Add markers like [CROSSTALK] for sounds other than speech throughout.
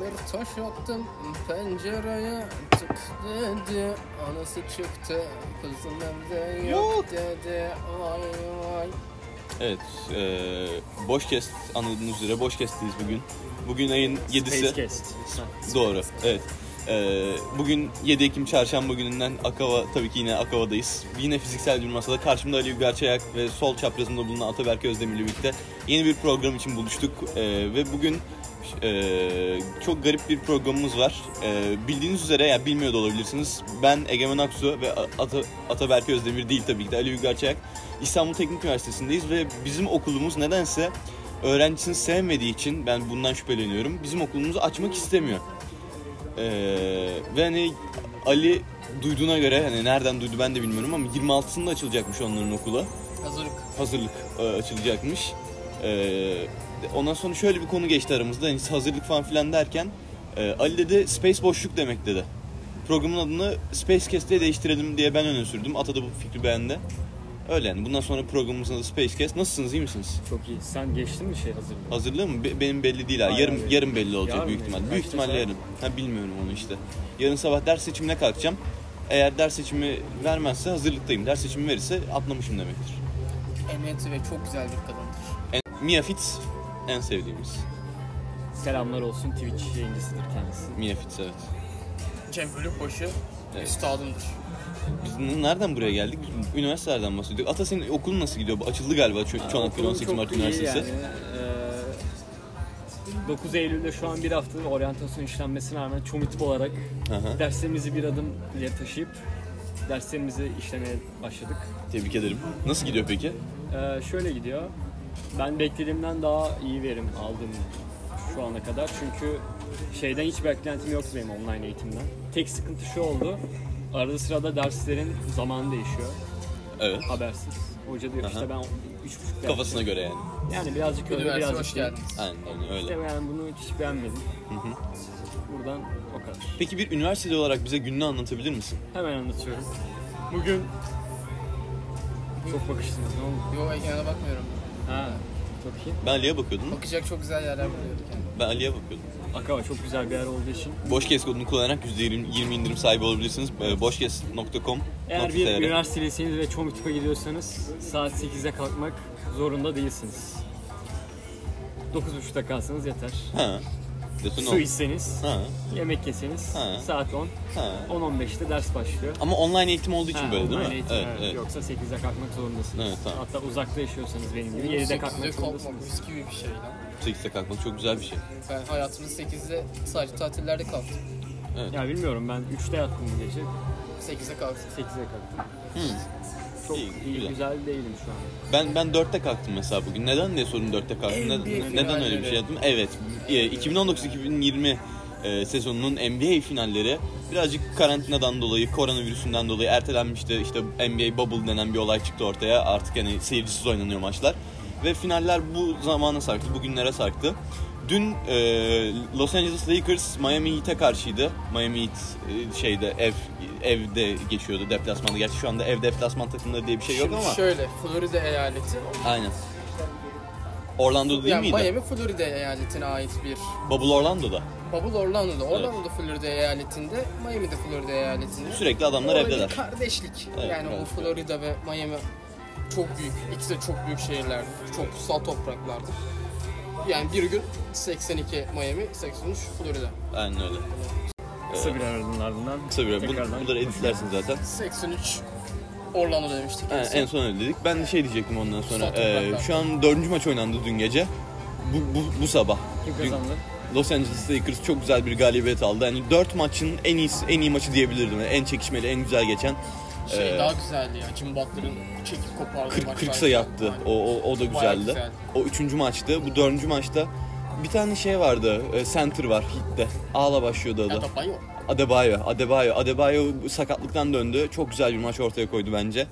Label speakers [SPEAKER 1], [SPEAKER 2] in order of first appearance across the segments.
[SPEAKER 1] bir taş attım pencereye tık dedi Anası çıktı kızım evde yok,
[SPEAKER 2] Yok.
[SPEAKER 1] dedi Vay vay
[SPEAKER 3] Evet, eee boş kes anladığınız üzere boş kestiyiz bugün. Bugün ayın 7'si.
[SPEAKER 2] Spacecast.
[SPEAKER 3] Doğru, evet. Eee, bugün 7 Ekim Çarşamba gününden Akava, tabii ki yine Akava'dayız. Yine fiziksel bir masada karşımda Ali Uygar Çayak ve sol çaprazımda bulunan Ataberk Özdemir ile birlikte yeni bir program için buluştuk. Eee, ve bugün eee, çok garip bir programımız var. Eee, bildiğiniz üzere, ya bilmiyor da olabilirsiniz. Ben Egemen Aksu ve Ata, Ataberk Özdemir değil tabii ki de Ali Uygar Çayak. İstanbul Teknik Üniversitesi'ndeyiz ve bizim okulumuz nedense öğrencisini sevmediği için ben bundan şüpheleniyorum. Bizim okulumuzu açmak istemiyor. Ee, ve hani Ali duyduğuna göre hani nereden duydu ben de bilmiyorum ama 26'sında açılacakmış onların okula.
[SPEAKER 1] Hazırlık
[SPEAKER 3] Hazırlık e, açılacakmış. Ee, ondan sonra şöyle bir konu geçti aramızda. Hani hazırlık falan filan derken e, Ali dedi space boşluk demek dedi. Programın adını Spacecast diye değiştirelim diye ben öne sürdüm. Ata da bu fikri beğendi. Öyle yani. Bundan sonra programımızın adı Spacecast. Nasılsınız? iyi misiniz?
[SPEAKER 2] Çok iyi. Sen geçtin mi şey hazırlığı?
[SPEAKER 3] Hazırlığı mı? Be- benim belli değil ha.
[SPEAKER 2] Hayır,
[SPEAKER 3] Yarın
[SPEAKER 2] hayır.
[SPEAKER 3] yarın belli olacak
[SPEAKER 2] Yarın
[SPEAKER 3] büyük
[SPEAKER 2] mı?
[SPEAKER 3] ihtimal.
[SPEAKER 2] Kaçta
[SPEAKER 3] Büyük ihtimalle
[SPEAKER 2] saat?
[SPEAKER 3] yarın. Ha bilmiyorum onu işte. Yarın sabah ders seçimine kalkacağım. Eğer ders seçimi vermezse hazırlıktayım. Ders seçimi verirse atlamışım demektir.
[SPEAKER 1] emniyeti ve çok güzel bir kadındır
[SPEAKER 3] En, Mia Fitz en sevdiğimiz.
[SPEAKER 2] Selamlar olsun Twitch yayıncısıdır kendisi.
[SPEAKER 3] Mia Fitz evet.
[SPEAKER 1] Cem Bölükbaşı
[SPEAKER 3] Evet.
[SPEAKER 1] üstadımdır
[SPEAKER 3] Biz n- nereden buraya geldik? Biz Üniversitelerden bahsediyorduk. Ata senin okulun nasıl gidiyor? Açıldı galiba Ço- Çanakkale
[SPEAKER 2] Okulum
[SPEAKER 3] 18
[SPEAKER 2] çok
[SPEAKER 3] Mart
[SPEAKER 2] iyi
[SPEAKER 3] Üniversitesi.
[SPEAKER 2] yani. Ee, 9 Eylül'de şu an bir hafta oryantasyon işlenmesine rağmen çomitip olarak
[SPEAKER 3] Hı hı.
[SPEAKER 2] derslerimizi bir adım ileri taşıyıp derslerimizi işlemeye başladık.
[SPEAKER 3] Tebrik ederim. Nasıl gidiyor peki?
[SPEAKER 2] Ee, şöyle gidiyor. Ben beklediğimden daha iyi verim aldım şu ana kadar. Çünkü şeyden hiç beklentim yoktu benim online eğitimden. Tek sıkıntı şu oldu. Arada sırada derslerin zamanı değişiyor.
[SPEAKER 3] Evet.
[SPEAKER 2] Habersiz. Hoca diyor
[SPEAKER 3] Aha.
[SPEAKER 2] işte ben 3.30
[SPEAKER 3] Kafasına göre yani.
[SPEAKER 2] Yani birazcık öyle
[SPEAKER 1] Üniversite
[SPEAKER 2] birazcık şey.
[SPEAKER 1] hoş
[SPEAKER 2] değil.
[SPEAKER 1] geldiniz
[SPEAKER 3] Aynen, aynen
[SPEAKER 2] İşte
[SPEAKER 3] öyle.
[SPEAKER 2] ben bunu hiç beğenmedim.
[SPEAKER 3] hı.
[SPEAKER 2] Buradan o kadar.
[SPEAKER 3] Peki bir üniversiteli olarak bize gününü anlatabilir misin?
[SPEAKER 2] Hemen anlatıyorum. Bugün çok bakıştınız ne oldu?
[SPEAKER 1] Yo Egemen'e bakmıyorum
[SPEAKER 2] Ha, çok iyi.
[SPEAKER 3] Ben Ali'ye bakıyordum.
[SPEAKER 1] Bakacak çok güzel yerler buluyorduk yani
[SPEAKER 3] Ben Ali'ye bakıyordum.
[SPEAKER 2] Akava çok güzel bir yer olduğu için
[SPEAKER 3] Boş kes kodunu kullanarak %20 20 indirim sahibi olabilirsiniz. Ee, Boşkes.com
[SPEAKER 2] Eğer bir üniversiteliyseniz ve Çomitik'e gidiyorsanız saat 8'e kalkmak zorunda değilsiniz. 9.30'da kalsanız yeter.
[SPEAKER 3] Ha. Diyorsun
[SPEAKER 2] Su
[SPEAKER 3] o.
[SPEAKER 2] içseniz,
[SPEAKER 3] Ha.
[SPEAKER 2] yemek yeseniz
[SPEAKER 3] Ha.
[SPEAKER 2] saat 10.
[SPEAKER 3] Ha.
[SPEAKER 2] 10-15'te ders başlıyor.
[SPEAKER 3] Ama online eğitim olduğu için
[SPEAKER 2] Ha,
[SPEAKER 3] böyle değil mi?
[SPEAKER 2] online eğitim,
[SPEAKER 3] evet,
[SPEAKER 2] evet.
[SPEAKER 3] evet.
[SPEAKER 2] Yoksa 8'de kalkmak zorundasınız.
[SPEAKER 3] Evet, tamam.
[SPEAKER 2] Hatta uzakta yaşıyorsanız benim gibi 7'de
[SPEAKER 1] 8'de
[SPEAKER 2] kalkmak
[SPEAKER 1] kalkmak
[SPEAKER 2] zorundasınız.
[SPEAKER 1] mis gibi bir şey lan
[SPEAKER 3] 8'de kalkmak çok güzel bir şey.
[SPEAKER 1] Ben hayatımın 8'de sadece tatillerde kalktım
[SPEAKER 2] Ya bilmiyorum ben 3'te yattım bu gece
[SPEAKER 1] 8'de kalktım
[SPEAKER 2] 8'e kalktım.
[SPEAKER 3] Hmm.
[SPEAKER 2] Çok
[SPEAKER 3] İyi,
[SPEAKER 2] iyi,
[SPEAKER 3] güzel.
[SPEAKER 2] güzel. değilim şu an.
[SPEAKER 3] Ben ben 4'te kalktım mesela bugün. Neden diye sorun 4'te kalktım. Neden,
[SPEAKER 1] NBA
[SPEAKER 3] neden öyle bir şey
[SPEAKER 1] finalleri.
[SPEAKER 3] yaptım? Evet. e, 2019-2020 e, sezonunun NBA finalleri birazcık karantinadan dolayı, koronavirüsünden dolayı ertelenmişti. İşte NBA Bubble denen bir olay çıktı ortaya. Artık hani seyircisiz oynanıyor maçlar. Ve finaller bu zamana sarktı, bugünlere sarktı. Dün e, Los Angeles Lakers Miami Heat'e karşıydı. Miami Heat e, şeyde ev evde geçiyordu deplasmanda. Gerçi şu anda ev deplasman takımları diye bir şey yok
[SPEAKER 1] Şimdi
[SPEAKER 3] ama.
[SPEAKER 1] şöyle Florida eyaleti.
[SPEAKER 3] Aynen. Orlando'da değil
[SPEAKER 1] yani
[SPEAKER 3] miydi?
[SPEAKER 1] Miami Florida eyaletine ait bir
[SPEAKER 3] Bubble Orlando'da.
[SPEAKER 1] bubble Orlando'da. Orlando'da Florida eyaletinde, Miami'de Florida eyaletinde.
[SPEAKER 3] Sürekli adamlar
[SPEAKER 1] Orada bir
[SPEAKER 3] evdeler.
[SPEAKER 1] kardeşlik.
[SPEAKER 3] Evet,
[SPEAKER 1] yani bu
[SPEAKER 3] kardeşlik.
[SPEAKER 1] Florida ve Miami çok büyük. İkisi de çok büyük şehirlerdir. Çok kutsal topraklardır. Yani bir gün 82 Miami, 83 Florida.
[SPEAKER 3] Aynen öyle.
[SPEAKER 2] Kısa bir aranın ardından
[SPEAKER 3] Kısa bir
[SPEAKER 2] tekrardan
[SPEAKER 3] bu, bunları editlersin zaten.
[SPEAKER 1] 83 Orlando demiştik.
[SPEAKER 3] Ha, en son öyle dedik. Ben de şey diyecektim ondan sonra.
[SPEAKER 1] Son
[SPEAKER 3] Ee,
[SPEAKER 1] topraklar.
[SPEAKER 3] şu an dördüncü maç oynandı dün gece. Bu, bu, bu sabah.
[SPEAKER 2] kim
[SPEAKER 3] Dün
[SPEAKER 2] kazandı?
[SPEAKER 3] Los Angeles Lakers çok güzel bir galibiyet aldı. Yani dört maçın en iyi en iyi maçı diyebilirdim. Yani en çekişmeli, en güzel geçen.
[SPEAKER 1] şey
[SPEAKER 3] Ee,
[SPEAKER 1] daha güzeldi ya. Jim Butler'ın çekip kopardığı
[SPEAKER 3] 40, 40
[SPEAKER 1] maçlar. hani.
[SPEAKER 3] sayı attı.
[SPEAKER 1] Aynen.
[SPEAKER 3] O, o, o da
[SPEAKER 1] Bayağı
[SPEAKER 3] güzeldi.
[SPEAKER 1] güzeldi.
[SPEAKER 3] O üçüncü maçtı. Bu dördüncü maçta bir tane şey vardı. e, Center var hitte. Ağla başlıyordu adı.
[SPEAKER 1] Adebayo.
[SPEAKER 3] Adebayo, Adebayo, Adebayo sakatlıktan döndü. Çok güzel bir maç ortaya koydu bence.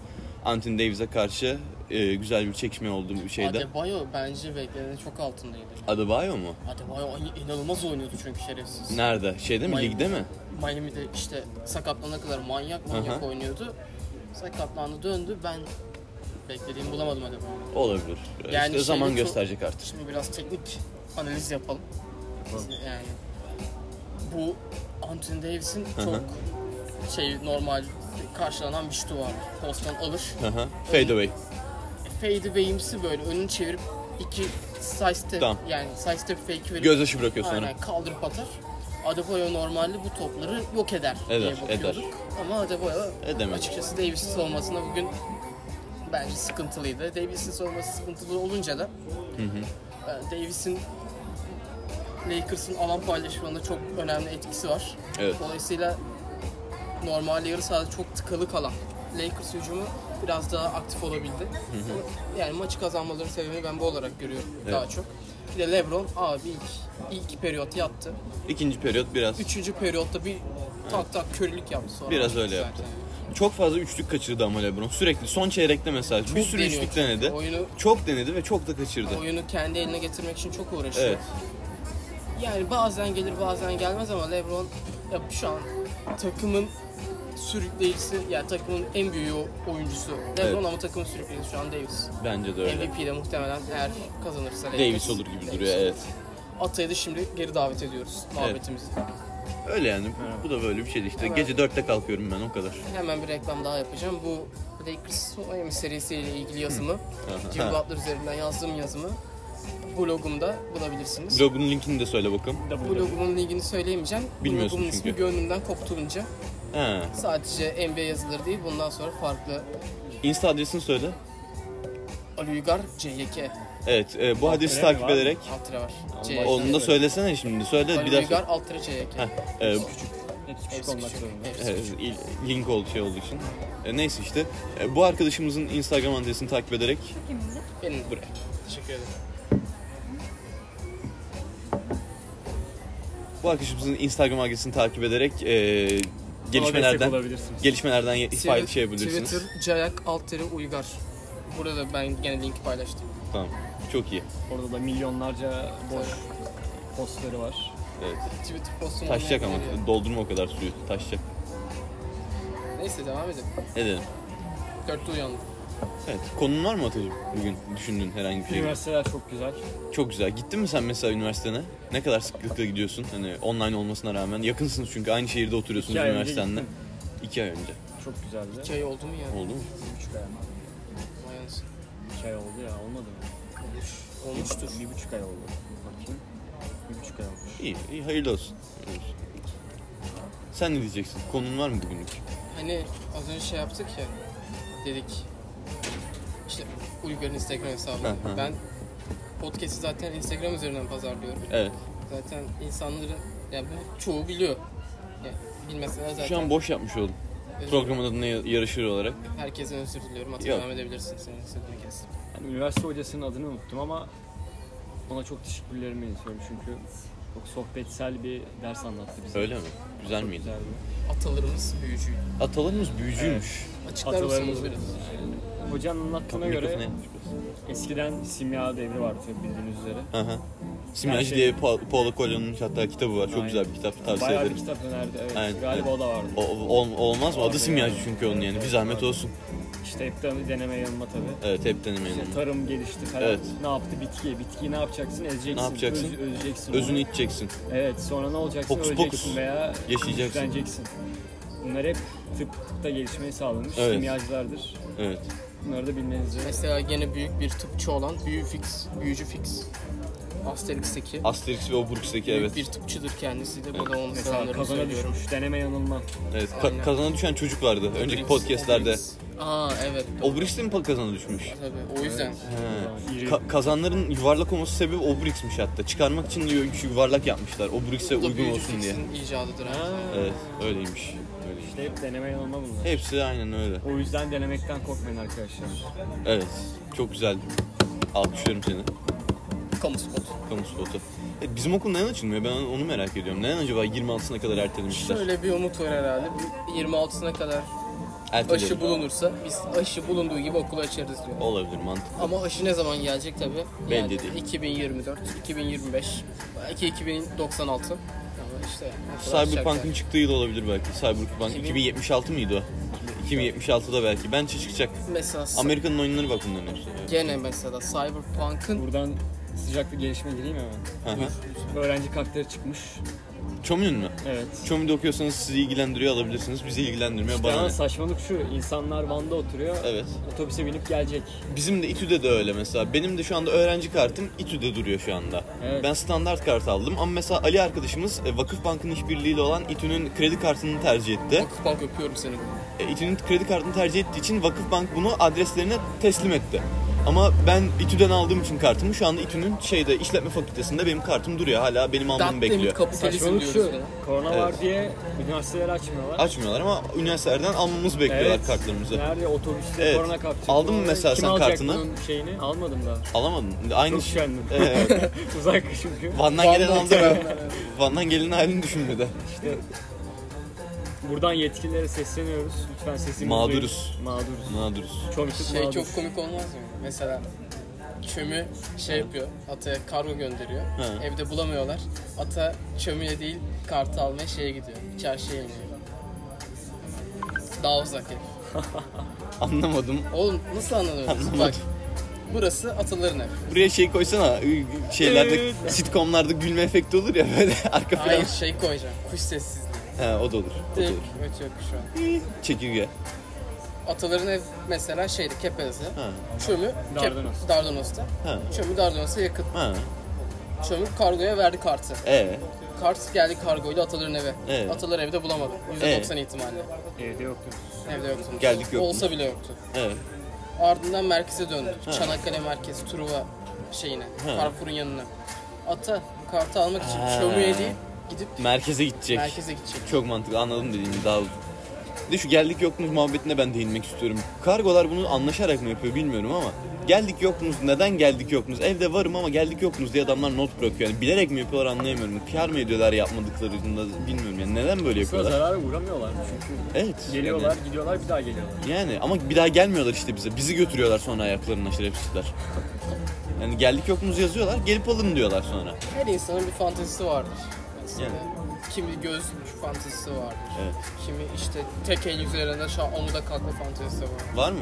[SPEAKER 3] Anthony Davis'e karşı e, güzel bir çekişme oldu bir şeyde.
[SPEAKER 1] Adebayo bence beklenenin çok altındaydı.
[SPEAKER 3] Adebayo mu?
[SPEAKER 1] Adebayo in- inanılmaz oynuyordu çünkü şerefsiz.
[SPEAKER 3] Nerede? Şeyde mi?
[SPEAKER 1] Miami.
[SPEAKER 3] Ligde mi?
[SPEAKER 1] Miami'de işte sakatlanana kadar manyak manyak
[SPEAKER 3] Aha.
[SPEAKER 1] oynuyordu. Sakatlandı döndü ben beklediğimi bulamadım Adebayo'yu.
[SPEAKER 3] Olabilir.
[SPEAKER 1] Yani
[SPEAKER 3] işte zaman
[SPEAKER 1] şeyde çok-
[SPEAKER 3] gösterecek artık.
[SPEAKER 1] Şimdi biraz teknik analiz yapalım. Yani bu Anthony Davis'in çok şey normal karşılanan bir şutu var. Posttan alır.
[SPEAKER 3] Hı hı. Fade away.
[SPEAKER 1] Fade away'imsi böyle önünü çevirip iki side step
[SPEAKER 3] Tamam.
[SPEAKER 1] yani side step fake verip
[SPEAKER 3] Göz dışı bırakıyor sonra.
[SPEAKER 1] aynen kaldırıp atar. Adebayo normalde bu topları yok eder
[SPEAKER 3] Eder,
[SPEAKER 1] diye bakıyorduk.
[SPEAKER 3] eder.
[SPEAKER 1] Ama Adebayo
[SPEAKER 3] Edemedi.
[SPEAKER 1] açıkçası Davis'in savunmasına bugün bence sıkıntılıydı. Davis'in savunması sıkıntılı olunca da e, Davis'in Lakers'ın alan paylaşımında çok önemli etkisi var.
[SPEAKER 3] Evet.
[SPEAKER 1] Dolayısıyla normal yarı sahada çok tıkalı kalan Lakers hücumu biraz daha aktif olabildi. Yani maçı kazanmaların sebebini ben bu olarak görüyorum daha çok. Bir de LeBron abi ilk, ilk periyot yattı.
[SPEAKER 3] İkinci periyot biraz.
[SPEAKER 1] Üçüncü periyotta bir tak tak körlük yaptı sonra.
[SPEAKER 3] Biraz öyle
[SPEAKER 1] Zaten.
[SPEAKER 3] yaptı. Çok fazla üçlük kaçırdı ama LeBron. Sürekli son çeyrekte mesela bir
[SPEAKER 1] Çok
[SPEAKER 3] sürü
[SPEAKER 1] deniyor
[SPEAKER 3] üçlük
[SPEAKER 1] çünkü.
[SPEAKER 3] denedi.
[SPEAKER 1] Oyunu,
[SPEAKER 3] Çok denedi ve çok da kaçırdı.
[SPEAKER 1] oyunu kendi eline getirmek için çok uğraşıyor.
[SPEAKER 3] Evet.
[SPEAKER 1] Yani bazen gelir bazen gelmez ama LeBron ya şu an takımın sürükleyicisi yani takımın en büyüğü oyuncusu LeBron
[SPEAKER 3] Evet.
[SPEAKER 1] ama takımın sürükleyicisi şu an Davis.
[SPEAKER 3] Bence de öyle.
[SPEAKER 1] MVP de muhtemelen eğer kazanırsa Lakers,
[SPEAKER 3] Davis olur gibi
[SPEAKER 1] Davis
[SPEAKER 3] duruyor
[SPEAKER 1] olur.
[SPEAKER 3] evet.
[SPEAKER 1] Atay'ı da şimdi geri davet ediyoruz muhabbetimizi.
[SPEAKER 3] Öyle yani. Bu da böyle bir şeydi işte.
[SPEAKER 1] Evet.
[SPEAKER 3] Gece dörtte kalkıyorum ben o kadar.
[SPEAKER 1] Hemen bir reklam daha yapacağım. Bu Lakers Miami serisiyle ilgili yazımı, Jim
[SPEAKER 3] Ha.
[SPEAKER 1] Butler üzerinden yazdığım yazımı blogumda bulabilirsiniz.
[SPEAKER 3] Blogun linkini de söyle bakalım.
[SPEAKER 1] Blogumun linkini söyleyemeyeceğim.
[SPEAKER 3] Bilmiyorsun
[SPEAKER 1] Blogumun ismi
[SPEAKER 3] çünkü.
[SPEAKER 1] gönlümden koptuğunca
[SPEAKER 3] Ha.
[SPEAKER 1] sadece NBA yazıları değil bundan sonra farklı
[SPEAKER 3] Insta adresini söyle.
[SPEAKER 1] Ali Uygar CYK
[SPEAKER 3] Evet, e, bu hadisi
[SPEAKER 2] mi
[SPEAKER 3] takip
[SPEAKER 2] var?
[SPEAKER 3] ederek
[SPEAKER 1] alt var. Hani
[SPEAKER 3] onu
[SPEAKER 1] CYK.
[SPEAKER 3] da söylesene şimdi. Söyle bir
[SPEAKER 1] Ali
[SPEAKER 3] daha.
[SPEAKER 1] Uygar
[SPEAKER 3] söyle.
[SPEAKER 1] alt tire CYK.
[SPEAKER 3] Heh, e, bu-
[SPEAKER 2] Hepsi küçük
[SPEAKER 1] Hepsi
[SPEAKER 2] olmak
[SPEAKER 1] küçük.
[SPEAKER 2] zorunda.
[SPEAKER 1] Hepsi
[SPEAKER 3] Evet,
[SPEAKER 1] küçük.
[SPEAKER 3] il- link oldu şey olduğu için. E, neyse işte e, bu arkadaşımızın Instagram adresini takip ederek
[SPEAKER 4] Kimdi?
[SPEAKER 1] Benim
[SPEAKER 3] buraya.
[SPEAKER 1] teşekkür ederim.
[SPEAKER 3] Bu arkadaşımızın Instagram adresini takip ederek e,
[SPEAKER 2] Ona destek
[SPEAKER 3] gelişmelerden
[SPEAKER 2] olabilirsiniz.
[SPEAKER 3] gelişmelerden ye- fayda şey
[SPEAKER 1] Twitter,
[SPEAKER 3] yapabilirsiniz.
[SPEAKER 1] Twitter Cayak Alteri Uygar. Burada da ben gene linki paylaştım.
[SPEAKER 3] Tamam. Çok iyi.
[SPEAKER 2] Orada da milyonlarca boş postları var.
[SPEAKER 3] Evet.
[SPEAKER 1] Twitter postum
[SPEAKER 3] Taşacak ama
[SPEAKER 1] olmayan bir yer.
[SPEAKER 3] doldurma o kadar suyu. Taşacak.
[SPEAKER 1] Neyse devam edelim.
[SPEAKER 3] Edelim.
[SPEAKER 1] Dörtte uyandım.
[SPEAKER 3] Evet. Konun var mı Atacığım bugün düşündüğün herhangi bir şey?
[SPEAKER 2] Üniversiteler çok güzel.
[SPEAKER 3] Çok güzel. Gittin mi sen mesela üniversitene? Ne kadar sıklıkla gidiyorsun? Hani online olmasına rağmen yakınsınız çünkü aynı şehirde oturuyorsunuz
[SPEAKER 2] İki ay önce
[SPEAKER 3] üniversitenle.
[SPEAKER 2] gittim.
[SPEAKER 3] İki ay önce.
[SPEAKER 2] Çok güzeldi.
[SPEAKER 1] Çay oldu mu ya?
[SPEAKER 3] Oldu mu?
[SPEAKER 2] Bir buçuk ay ama.
[SPEAKER 1] Vay anasını.
[SPEAKER 2] İki ay oldu ya olmadı mı?
[SPEAKER 1] Olmuştur.
[SPEAKER 2] Bir buçuk ay oldu. Bakayım. Bir buçuk ay olmuş.
[SPEAKER 3] İyi, iyi hayırlı olsun. Hayırlı olsun. Sen ne diyeceksin? Konun var mı bugünlük?
[SPEAKER 1] Hani az önce şey yaptık ya. Dedik. İşte Uygar'ın Instagram hesabı.
[SPEAKER 3] Hı hı.
[SPEAKER 1] ben podcast'i zaten Instagram üzerinden pazarlıyorum.
[SPEAKER 3] Evet.
[SPEAKER 1] Zaten insanları yani bu çoğu biliyor. Yani bilmeseler zaten
[SPEAKER 3] Şu an boş yapmış oldum.
[SPEAKER 1] özür-
[SPEAKER 3] Programın adına ya- yarışır olarak.
[SPEAKER 1] herkesten özür diliyorum. Hatta
[SPEAKER 3] Yok.
[SPEAKER 1] devam edebilirsin sen istediğin kez.
[SPEAKER 2] Yani üniversite hocasının adını unuttum ama ona çok teşekkürlerimi iletiyorum çünkü çok sohbetsel bir ders anlattı bize.
[SPEAKER 3] Öyle mi? Güzel miydi?
[SPEAKER 2] Güzeldi.
[SPEAKER 1] Atalarımız büyücüydü.
[SPEAKER 3] Atalarımız büyücüymüş.
[SPEAKER 1] Açıklar mısınız
[SPEAKER 2] Atalarımız-
[SPEAKER 1] biraz?
[SPEAKER 2] Hocanın anlattığına
[SPEAKER 3] Mikrofona
[SPEAKER 2] göre
[SPEAKER 3] yapmış biraz.
[SPEAKER 2] eskiden simya devri vardı tabii bildiğiniz üzere.
[SPEAKER 3] Hı hı. Simyacı
[SPEAKER 2] şey-
[SPEAKER 3] diye Pa- Paolo Coelho'nun hatta kitabı var. Çok
[SPEAKER 2] Aynen.
[SPEAKER 3] güzel bir kitap tavsiye
[SPEAKER 2] Bayağı bir
[SPEAKER 3] ederim.
[SPEAKER 2] kitap önerdi evet.
[SPEAKER 3] Aynen.
[SPEAKER 2] Galiba o da vardı.
[SPEAKER 3] O, ol- olmaz mı? Adı
[SPEAKER 2] Aynen.
[SPEAKER 3] simyacı çünkü onun yani. Bir zahmet olsun.
[SPEAKER 2] İşte hep de deneme yanılma tabii.
[SPEAKER 3] Evet hep denemeyin
[SPEAKER 2] İşte
[SPEAKER 3] onu.
[SPEAKER 2] tarım gelişti falan.
[SPEAKER 3] Evet.
[SPEAKER 2] Ne yaptı bitkiye? Bitkiyi ne yapacaksın? Ezeceksin.
[SPEAKER 3] Ne yapacaksın?
[SPEAKER 2] Öz, özeceksin.
[SPEAKER 3] Özünü
[SPEAKER 2] onu.
[SPEAKER 3] içeceksin.
[SPEAKER 2] Evet sonra ne olacaksın?
[SPEAKER 3] Hokus
[SPEAKER 2] Öleceksin
[SPEAKER 3] pokus.
[SPEAKER 2] veya
[SPEAKER 3] Yaşayacaksın.
[SPEAKER 2] güçleneceksin. Bunlar hep tıpta gelişmeyi sağlamış
[SPEAKER 3] Evet.
[SPEAKER 2] simyacılardır.
[SPEAKER 3] Evet.
[SPEAKER 2] Bunları da bilmenizi
[SPEAKER 1] Mesela gene büyük bir tıpçı olan büyü fix, büyücü fix. Asterix'teki.
[SPEAKER 3] Asterix ve Obelix'teki
[SPEAKER 1] büyük
[SPEAKER 3] evet.
[SPEAKER 1] bir tıpçıdır kendisi de. Bu da onun
[SPEAKER 2] Mesela
[SPEAKER 1] eserlerini
[SPEAKER 2] kazana
[SPEAKER 1] söylüyorum.
[SPEAKER 2] düşmüş, deneme yanılma.
[SPEAKER 3] Evet. ka-
[SPEAKER 1] Aynen.
[SPEAKER 3] kazana düşen çocuk vardı. Önceki
[SPEAKER 1] Obelix,
[SPEAKER 3] podcastlerde.
[SPEAKER 1] Obelix. Aa evet.
[SPEAKER 3] Obelix de mi pa- kazana düşmüş?
[SPEAKER 1] Tabii o yüzden.
[SPEAKER 3] He.
[SPEAKER 2] İri.
[SPEAKER 3] Ka- kazanların yuvarlak olması sebebi Obrix'miş hatta. Çıkarmak için diyor şu yuvarlak yapmışlar. Obrix'e
[SPEAKER 1] Bu da
[SPEAKER 3] uygun
[SPEAKER 1] büyücü
[SPEAKER 3] olsun diye.
[SPEAKER 1] fixin icadıdır.
[SPEAKER 2] Ha.
[SPEAKER 1] aslında.
[SPEAKER 3] Evet, öyleymiş. öyleymiş.
[SPEAKER 2] İşte hep deneme yanılma bunlar.
[SPEAKER 3] Hepsi de aynen öyle.
[SPEAKER 2] O yüzden denemekten korkmayın arkadaşlar.
[SPEAKER 3] Evet, çok güzel. Alkışlıyorum seni.
[SPEAKER 1] Kamu spotu.
[SPEAKER 3] Kamu spotu. E, bizim okul neden açılmıyor? Ben onu merak ediyorum. Neden acaba 26'sına kadar ertelemişler?
[SPEAKER 1] Şöyle bir umut var herhalde. Bir 26'sına kadar
[SPEAKER 3] Erteleyelim.
[SPEAKER 1] aşı bulunursa biz aşı bulunduğu gibi okulu açarız diyor.
[SPEAKER 3] Olabilir mantıklı.
[SPEAKER 1] Ama aşı ne zaman gelecek tabi?
[SPEAKER 3] Belli değil.
[SPEAKER 1] 2024, 2025, belki 2096. Ama işte. o kadar
[SPEAKER 3] Cyberpunk'ın
[SPEAKER 1] şartlar.
[SPEAKER 3] çıktığı yıl olabilir belki. Cyberpunk
[SPEAKER 1] 2000
[SPEAKER 3] 2076 mıydı o? 2076'da belki. Bence çıkacak.
[SPEAKER 1] Mesela
[SPEAKER 3] Amerika'nın oyunları bak bunların hepsi.
[SPEAKER 1] gene mesela Cyberpunk'ın
[SPEAKER 2] Buradan sıcak bir gelişme gireyim hemen.
[SPEAKER 3] Hı hı.
[SPEAKER 2] Öğrenci kartları çıkmış.
[SPEAKER 3] Çomyun mu?
[SPEAKER 2] Evet.
[SPEAKER 3] Çomyun'da okuyorsanız sizi ilgilendiriyor alabilirsiniz. Bizi ilgilendirmiyor
[SPEAKER 2] İşte
[SPEAKER 3] bana.
[SPEAKER 2] ama
[SPEAKER 3] ne?
[SPEAKER 2] saçmalık şu, insanlar Van'da oturuyor,
[SPEAKER 3] Evet.
[SPEAKER 2] otobüse binip gelecek.
[SPEAKER 3] Bizim de İTÜ'de de öyle mesela. Benim de şu anda öğrenci kartım İTÜ'de duruyor şu anda.
[SPEAKER 2] Evet.
[SPEAKER 3] Ben standart kart aldım ama mesela Ali arkadaşımız e, Vakıf Bank'ın işbirliğiyle olan İTÜ'nün kredi kartını tercih etti.
[SPEAKER 1] Vakıf Bank öpüyorum seni.
[SPEAKER 3] E, İTÜ'nün kredi kartını tercih ettiği için Vakıfbank bunu adreslerine teslim etti. Ama ben İTÜ'den aldığım için kartımı şu anda İTÜ'nün şeyde işletme fakültesinde benim kartım duruyor. Hala benim almamı
[SPEAKER 1] Dattemit
[SPEAKER 3] bekliyor.
[SPEAKER 1] kapitalizm
[SPEAKER 2] Saçmalık
[SPEAKER 1] diyoruz.
[SPEAKER 2] şu,
[SPEAKER 1] buna.
[SPEAKER 2] korona
[SPEAKER 3] Evet.
[SPEAKER 2] var diye üniversiteler açmıyorlar.
[SPEAKER 3] Açmıyorlar ama üniversitelerden almamızı bekliyorlar
[SPEAKER 2] Evet.
[SPEAKER 3] kartlarımızı.
[SPEAKER 2] Nerede otobüste
[SPEAKER 3] Evet.
[SPEAKER 2] korona kartı. çıktı.
[SPEAKER 3] Aldın mı mesela
[SPEAKER 2] Kim
[SPEAKER 3] sen
[SPEAKER 2] alacak
[SPEAKER 3] kartını?
[SPEAKER 2] bunun şeyini? Almadım [LAUGHS] da.
[SPEAKER 3] Alamadın. Aynı
[SPEAKER 2] Çok
[SPEAKER 3] şey.
[SPEAKER 2] üşendim. [LAUGHS]
[SPEAKER 3] Evet.
[SPEAKER 2] Uzak çünkü.
[SPEAKER 3] Van'dan gelen halde Van'dan gelen halini düşünmedi.
[SPEAKER 2] İşte buradan yetkililere sesleniyoruz. Lütfen sesimizi
[SPEAKER 3] Mağduruz.
[SPEAKER 2] duyun. Mağduruz.
[SPEAKER 3] Mağduruz.
[SPEAKER 2] Çomik'in
[SPEAKER 1] Şey
[SPEAKER 2] mağdur.
[SPEAKER 1] çok komik olmaz mı? Mesela çömü şey yapıyor. Ata'ya kargo gönderiyor.
[SPEAKER 3] He.
[SPEAKER 1] Evde bulamıyorlar. Ata çömüye değil kartı almaya şeye gidiyor. Çarşıya iniyor. Daha uzak ev.
[SPEAKER 3] Anlamadım.
[SPEAKER 1] Oğlum nasıl anlamıyorsun? Bak
[SPEAKER 3] Anlamadım.
[SPEAKER 1] burası ataların ev.
[SPEAKER 3] Buraya şey koysana. Şeylerde
[SPEAKER 2] Evet.
[SPEAKER 3] sitcomlarda gülme efekti olur ya böyle [LAUGHS] arka plan.
[SPEAKER 1] Hayır şey koyacağım. Kuş sessizliği.
[SPEAKER 3] He, o da olur. O da
[SPEAKER 1] Direkt
[SPEAKER 3] olur.
[SPEAKER 1] ötüyor kuş şu an.
[SPEAKER 3] Çekirge.
[SPEAKER 1] Ataların ev mesela şeydi Kepez'de.
[SPEAKER 3] Ha.
[SPEAKER 1] Çömü Kep-
[SPEAKER 2] Dardanos.
[SPEAKER 1] Dardanos'ta.
[SPEAKER 3] Ha.
[SPEAKER 1] Çömü Dardanos'a yakın.
[SPEAKER 3] Ha.
[SPEAKER 1] Çömü kargoya verdi kartı.
[SPEAKER 3] Ee.
[SPEAKER 1] Kart geldi kargoyla ataların eve.
[SPEAKER 3] Evet.
[SPEAKER 1] Atalar evde bulamadı.
[SPEAKER 3] Evet.
[SPEAKER 1] %90 ihtimalle.
[SPEAKER 2] Evde yoktu.
[SPEAKER 1] Evde yoktu.
[SPEAKER 3] Geldik yoktu.
[SPEAKER 1] Olsa bile yoktu.
[SPEAKER 3] Evet.
[SPEAKER 1] Ardından merkeze döndü.
[SPEAKER 3] Ha.
[SPEAKER 1] Çanakkale merkez, Truva şeyine.
[SPEAKER 3] Ha.
[SPEAKER 1] Carrefour'un yanına. Ata kartı almak için
[SPEAKER 3] Ha.
[SPEAKER 1] çömüğe değil gidip
[SPEAKER 3] Merkeze gidecek.
[SPEAKER 1] merkeze gidecek.
[SPEAKER 3] Çok mantıklı anladım dediğini daha uzun. Bir De şu geldik yokmuş muhabbetine ben değinmek istiyorum. Kargolar bunu anlaşarak mı yapıyor bilmiyorum ama geldik yokmuş neden geldik yokmuş evde varım ama geldik yokmuş diye adamlar not bırakıyor. Yani bilerek mi yapıyorlar anlayamıyorum. Kar mı ediyorlar yapmadıkları için de bilmiyorum yani neden böyle
[SPEAKER 2] Sıra
[SPEAKER 3] yapıyorlar.
[SPEAKER 2] zarara uğramıyorlar çünkü.
[SPEAKER 3] Evet.
[SPEAKER 2] Geliyorlar, gidiyorlar, bir daha geliyorlar.
[SPEAKER 3] Yani, yani ama bir daha gelmiyorlar işte bize. Bizi götürüyorlar sonra ayaklarına şerefsizler. Yani geldik yokmuş yazıyorlar gelip alın diyorlar sonra.
[SPEAKER 1] Her insanın bir fantezisi vardır. Mesela
[SPEAKER 3] Yani.
[SPEAKER 1] Kimi gözlük fantezisi vardır.
[SPEAKER 3] Evet.
[SPEAKER 1] Kimi işte tek el üzerinde şu an omuda kalkma fantezisi vardır.
[SPEAKER 3] Var mı?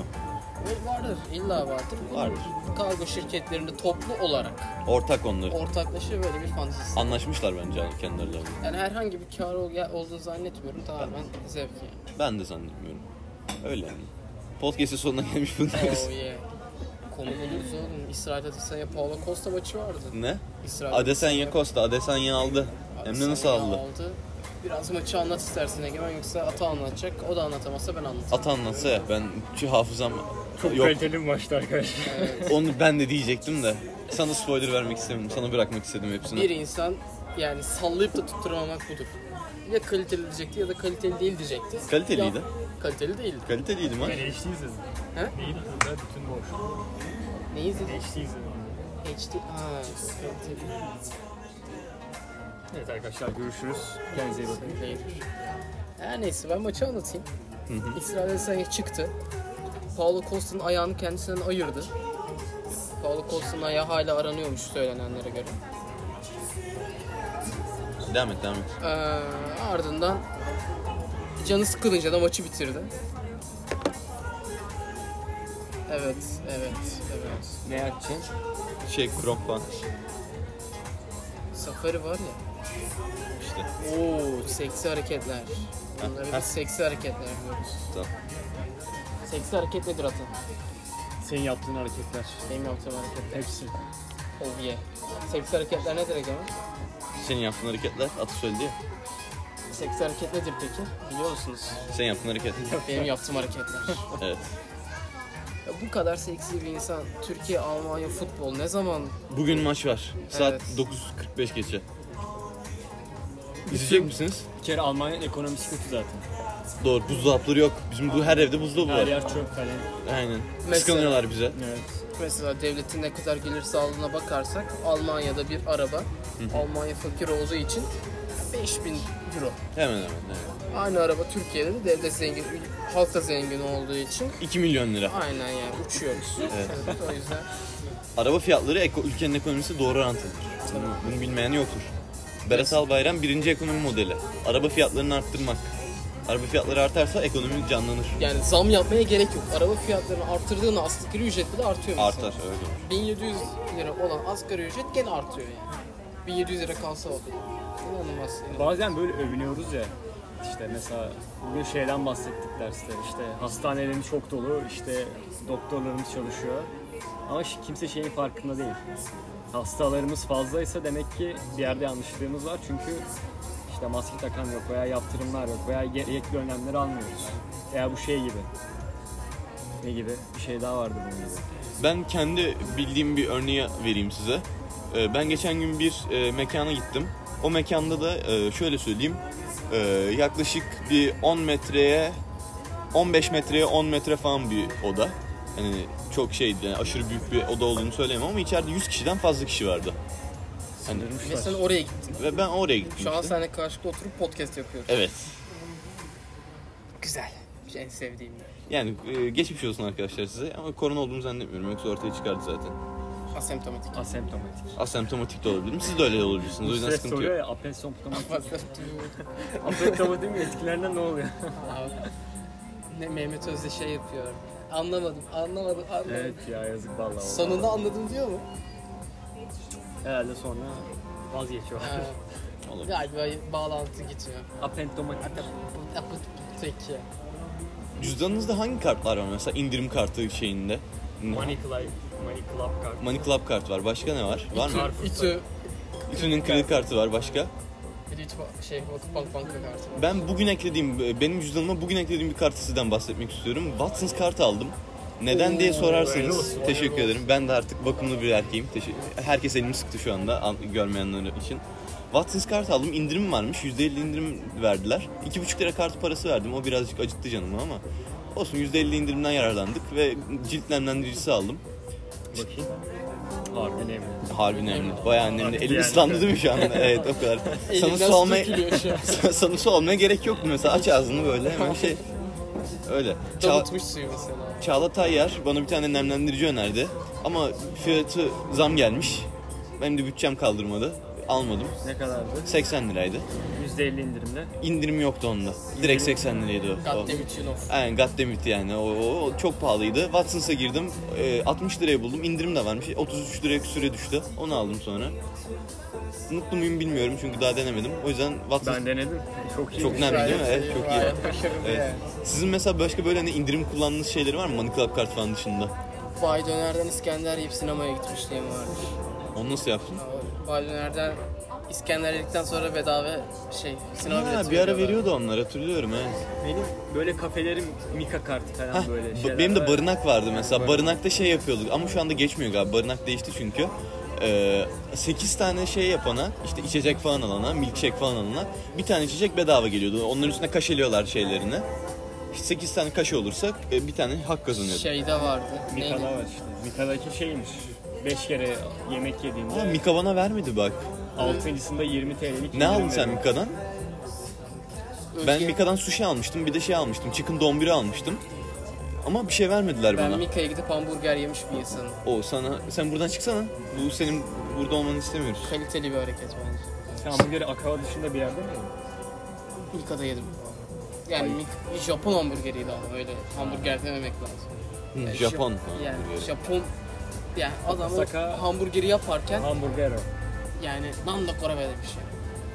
[SPEAKER 1] Var- Vardır. illa vardır.
[SPEAKER 3] Vardır.
[SPEAKER 1] Kargo şirketlerinde toplu olarak
[SPEAKER 3] Ortak onları.
[SPEAKER 1] ortaklaşa böyle bir fantezisi
[SPEAKER 3] Anlaşmışlar bence kendi aralarında.
[SPEAKER 1] Yani herhangi bir kar ol- ya- olduğunu zannetmiyorum. Tamamen zevk
[SPEAKER 3] [LAUGHS]
[SPEAKER 1] yani.
[SPEAKER 3] Ben de zannetmiyorum. Öyle yani. Podcast'in sonuna [LAUGHS] gelmiş bunlarız.
[SPEAKER 1] Oh yeah. Konu buluruz oğlum. İsrail Adesanya Paolo Costa maçı vardı.
[SPEAKER 3] ne?
[SPEAKER 1] İsrail
[SPEAKER 3] Adesanya Costa, Adesanya aldı. Hem de
[SPEAKER 1] Adesanya
[SPEAKER 3] nasıl aldı?
[SPEAKER 1] Biraz maçı anlat istersen Egemen yoksa Ata anlatacak. O da anlatamazsa ben anlatacağım.
[SPEAKER 3] Atan nasıl ya? Ben şu hafızam
[SPEAKER 2] Çok
[SPEAKER 3] yok.
[SPEAKER 2] kaliteli bir maçtı arkadaşlar.
[SPEAKER 3] Onu ben de diyecektim de. Sana spoiler vermek istemedim. Sana bırakmak istedim hepsini.
[SPEAKER 1] Bir insan yani sallayıp da tutturamamak budur. Ya kaliteli diyecekti ya da kaliteli değil diyecekti.
[SPEAKER 3] Kaliteliydi.
[SPEAKER 1] Ya, kaliteli değildi.
[SPEAKER 3] Kaliteliydi maç.
[SPEAKER 2] Ben HD izledim.
[SPEAKER 1] He?
[SPEAKER 2] Neyin burada bütün boş.
[SPEAKER 1] Neyi izledin?
[SPEAKER 2] HD izledim.
[SPEAKER 1] HD. Ha, kaliteli.
[SPEAKER 2] Evet arkadaşlar görüşürüz. Kendinize iyi bakın.
[SPEAKER 1] Her neyse ben maçı anlatayım. İsrail Adesanya çıktı. Paulo Costa'nın ayağını kendisinden ayırdı. Paulo Costa'nın ayağı hala aranıyormuş söylenenlere göre.
[SPEAKER 3] Devam et, devam et.
[SPEAKER 1] Ee, ardından canı sıkılınca da maçı bitirdi. Evet, evet, evet.
[SPEAKER 2] Ne yapacaksın?
[SPEAKER 3] Şey, Kronk falan
[SPEAKER 1] Safari var ya.
[SPEAKER 3] işte.
[SPEAKER 1] Oo, seksi hareketler. Bunlara
[SPEAKER 3] Ha, ha.
[SPEAKER 1] biz seksi hareketler diyoruz.
[SPEAKER 3] Tamam.
[SPEAKER 1] Seksi hareket nedir Atan?
[SPEAKER 2] Senin yaptığın hareketler.
[SPEAKER 1] Benim yaptığım hareketler.
[SPEAKER 2] Hepsi.
[SPEAKER 1] Oh yeah. Seksi hareketler nedir Egemen?
[SPEAKER 3] Senin yaptığın hareketler, atı söyledi ya.
[SPEAKER 1] Seks hareket nedir peki? Biliyor musunuz?
[SPEAKER 3] Sen yaptığın hareket.
[SPEAKER 1] [LAUGHS] Benim yaptığım hareketler.
[SPEAKER 3] evet.
[SPEAKER 1] Ya bu kadar seksi bir insan Türkiye, Almanya futbol ne zaman
[SPEAKER 3] Bugün maç var. Saat
[SPEAKER 1] Evet.
[SPEAKER 3] 9.45 geçe. İzleyecek misiniz?
[SPEAKER 2] Bir kere Almanya'nın ekonomisi kötü zaten.
[SPEAKER 3] Doğru. Buzdolapları yok. Bizim bu her evde buzdolabı
[SPEAKER 2] Her
[SPEAKER 3] var.
[SPEAKER 2] yer çöp falan.
[SPEAKER 3] Aynen.
[SPEAKER 1] Mesela-
[SPEAKER 3] Kıskanıyorlar bize.
[SPEAKER 2] Evet.
[SPEAKER 1] mesela devletin ne kadar gelir sağlığına bakarsak Almanya'da bir araba Almanya fakir olduğu için 5000 euro.
[SPEAKER 3] Hemen hemen. hemen.
[SPEAKER 1] Aynı araba Türkiye'de de devlet zengin, halk da zengin olduğu için
[SPEAKER 3] 2 milyon lira.
[SPEAKER 1] aynen yani uçuyoruz.
[SPEAKER 3] Evet.
[SPEAKER 1] Evet, o yüzden
[SPEAKER 3] Araba fiyatları eko- ülkenin ekonomisi doğru orantılıdır. Bunu, bunu bilmeyen yoktur. Berat Albayrak birinci ekonomi modeli. Araba fiyatlarını arttırmak. Araba fiyatları artarsa ekonomi canlanır.
[SPEAKER 1] Yani zam yapmaya gerek yok. Araba fiyatlarını arttırdığında asgari ücretli de artıyor mesela.
[SPEAKER 3] Artar öyle.
[SPEAKER 1] 1700 lira olan asgari ücret gene artıyor yani. 1700 lira kalsa oldu. İnanılmaz. inanılmaz.
[SPEAKER 2] Bazen böyle övünüyoruz ya. İşte mesela bugün şeyden bahsettik derste. İşte hastanelerin çok dolu, işte doktorlarımız çalışıyor. Ama şi- kimse şeyin farkında değil. Hastalarımız fazlaysa demek ki bir yerde yanlışlığımız var. Çünkü işte maske takan yok veya yaptırımlar yok veya gerekli önlemleri almıyoruz. Veya bu şey gibi. Ne gibi? Bir şey daha vardı bunun gibi.
[SPEAKER 3] Ben kendi bildiğim bir örneği vereyim size. Ee, Ben geçen gün bir e, mekana gittim. O mekanda da e, şöyle söyleyeyim. e, Yaklaşık bir 10 metreye 15 metreye 10 metre falan bir oda. Hani çok şeydi yani aşırı büyük bir oda olduğunu söyleyemem ama içeride 100 kişiden fazla kişi vardı. Hani,
[SPEAKER 1] Ve sen oraya gittin.
[SPEAKER 3] ve ben oraya gittim.
[SPEAKER 1] Şu an
[SPEAKER 3] işte.
[SPEAKER 1] seninle karşılıklı oturup podcast yapıyoruz.
[SPEAKER 3] Evet.
[SPEAKER 1] Güzel. En sevdiğim. yer.
[SPEAKER 3] Yani e, geçmiş olsun arkadaşlar size ama korona olduğunu zannetmiyorum yoksa ortaya çıkardı zaten.
[SPEAKER 1] Asemptomatik.
[SPEAKER 2] Asemptomatik.
[SPEAKER 3] Asemptomatik de olabilirim. Siz de öyle olabilirsiniz. O yüzden
[SPEAKER 2] Stres
[SPEAKER 3] sıkıntı yok.
[SPEAKER 2] soruyor ya apesemptomatik. [LAUGHS]
[SPEAKER 1] Asemptomatik.
[SPEAKER 2] apesemptomatik etkilerinden ne oluyor?
[SPEAKER 1] Abi, ne Mehmet Özde şey yapıyor. Anlamadım, anlamadım, anlamadım.
[SPEAKER 2] Evet ya yazık vallahi. vallahi.
[SPEAKER 1] Sonunda anladım diyor mu?
[SPEAKER 2] herhalde sonra vazgeçiyor.
[SPEAKER 1] Ha,
[SPEAKER 2] [LAUGHS]
[SPEAKER 3] Olabilir.
[SPEAKER 1] Galiba bağlantı gitmiyor.
[SPEAKER 2] Apentomatik.
[SPEAKER 1] Peki.
[SPEAKER 3] Cüzdanınızda hangi kartlar var mesela indirim kartı şeyinde?
[SPEAKER 2] Money Club, Money Club kart.
[SPEAKER 3] Money Club kartı var. Başka ne var? Var mı?
[SPEAKER 2] Carrefour'da.
[SPEAKER 1] İTÜ,
[SPEAKER 3] İTÜ'nün kredi kartı var. Başka?
[SPEAKER 1] bir de İTÜ ba- şey, Vakıfbank banka kartı. var.
[SPEAKER 3] Ben bugün eklediğim, e, benim cüzdanıma bugün eklediğim bir kartı sizden bahsetmek istiyorum. Watsons kartı aldım. Neden diye
[SPEAKER 2] hayırlı
[SPEAKER 3] sorarsanız
[SPEAKER 2] olsun,
[SPEAKER 3] teşekkür ederim. Ben de artık bakımlı bir erkeğim. Teşekkür. Herkes elimi sıktı şu anda an- görmeyenler için. Watsons kart aldım. İndirim varmış. %50 indirim verdiler. 2,5 lira kartı parası verdim. O birazcık acıttı canımı ama. Olsun %50 indirimden yararlandık ve cilt nemlendiricisi aldım.
[SPEAKER 2] Bakayım. Harbi ne mi?
[SPEAKER 3] Harbi nemli. Bayağı nemli.
[SPEAKER 2] Artık
[SPEAKER 3] Elim
[SPEAKER 2] yani.
[SPEAKER 3] ıslandı değil mi şu anda? Evet o kadar.
[SPEAKER 1] Elimden
[SPEAKER 3] Sana
[SPEAKER 1] su
[SPEAKER 3] su almaya,
[SPEAKER 1] dökülüyor şu an.
[SPEAKER 3] [LAUGHS] sana su almaya gerek yok mu mesela? Aç ağzını böyle hemen şey. Öyle. Ça-
[SPEAKER 1] Damıtmış suyu mesela.
[SPEAKER 3] Çağla Tayyar bana bir tane nemlendirici önerdi. Ama fiyatı zam gelmiş. Benim de bütçem kaldırmadı. Almadım.
[SPEAKER 2] Ne kadardı?
[SPEAKER 3] 80 liraydı.
[SPEAKER 2] %50 indirimle.
[SPEAKER 3] İndirim yoktu onda. Direkt 80 liraydı o.
[SPEAKER 1] Goddamn it, you know.
[SPEAKER 3] Aynen Goddamit yani o, o- o çok pahalıydı. Watsons'a girdim. Ee, 60 liraya buldum. İndirim de varmış. 33 liraya küsüre düştü. Onu aldım sonra. Mutlu muyum bilmiyorum çünkü daha denemedim. O yüzden Watsons
[SPEAKER 2] Ben denedim. Çok iyi.
[SPEAKER 3] çok önemli değil mi?
[SPEAKER 1] Gayet
[SPEAKER 3] Evet, çok iyi.
[SPEAKER 1] gayet başarılı
[SPEAKER 3] Evet.
[SPEAKER 1] yani.
[SPEAKER 3] Sizin mesela başka böyle hani indirim kullandığınız şeyleri var mı? Money Club kart falan dışında.
[SPEAKER 1] Bay Döner'den İskender yiyip sinemaya gitmişliğim varmış.
[SPEAKER 3] Onu nasıl yaptın?
[SPEAKER 1] Bay Döner'den İskender yedikten sonra bedava şey, sinema
[SPEAKER 3] Ha,
[SPEAKER 1] bileti
[SPEAKER 3] bir ara
[SPEAKER 1] veriyorlar.
[SPEAKER 3] veriyordu onlar hatırlıyorum evet.
[SPEAKER 2] Benim böyle kafelerim Mika kartı falan
[SPEAKER 3] Heh,
[SPEAKER 2] böyle
[SPEAKER 3] ba-
[SPEAKER 2] şeyler.
[SPEAKER 3] benim de
[SPEAKER 2] var.
[SPEAKER 3] barınak vardı mesela. Barınakta şey yapıyorduk ama şu anda geçmiyor galiba. Barınak değişti çünkü. Ee, 8 tane şey yapana, işte içecek falan alana, milkshake falan alana bir tane içecek bedava geliyordu. Onların üstüne kaşeliyorlar şeylerini. İşte 8 tane kaşe olursa e, bir tane hak kazanıyordu.
[SPEAKER 1] Şeyde vardı.
[SPEAKER 2] Mika'da
[SPEAKER 1] Neydi?
[SPEAKER 2] var işte. Mika'daki şeymiş. 5 kere yemek
[SPEAKER 3] Aa,
[SPEAKER 2] yediğinde
[SPEAKER 3] Mika bana vermedi bak.
[SPEAKER 2] 6.sında 20 TL'lik
[SPEAKER 3] Ne aldın
[SPEAKER 2] indirim
[SPEAKER 3] sen
[SPEAKER 2] veriyor.
[SPEAKER 3] Mika'dan? Ben
[SPEAKER 1] Özge-
[SPEAKER 3] Mika'dan sushi almıştım, bir de şey almıştım. Chicken donburi almıştım. Ama bir şey vermediler
[SPEAKER 1] Ben
[SPEAKER 3] bana.
[SPEAKER 1] Mika'ya gidip hamburger yemiş bir insanım.
[SPEAKER 3] O sana sen buradan çıksana. Bu senin burada olmanı istemiyoruz.
[SPEAKER 1] Kaliteli bir hareket bence.
[SPEAKER 2] Sen hamburgeri Akava dışında bir yerde mi yedin?
[SPEAKER 1] Mika'da yedim. Yani Mik- Japon hamburgeriydi ama öyle hamburger dememek lazım. Yani
[SPEAKER 3] Japon.
[SPEAKER 1] Jap- Yani
[SPEAKER 3] hamburgeri.
[SPEAKER 1] Japon yani adam o
[SPEAKER 2] Osaka-
[SPEAKER 1] hamburgeri yaparken
[SPEAKER 2] Hamburger o. yani
[SPEAKER 1] yani Nando Kore'ye demiş.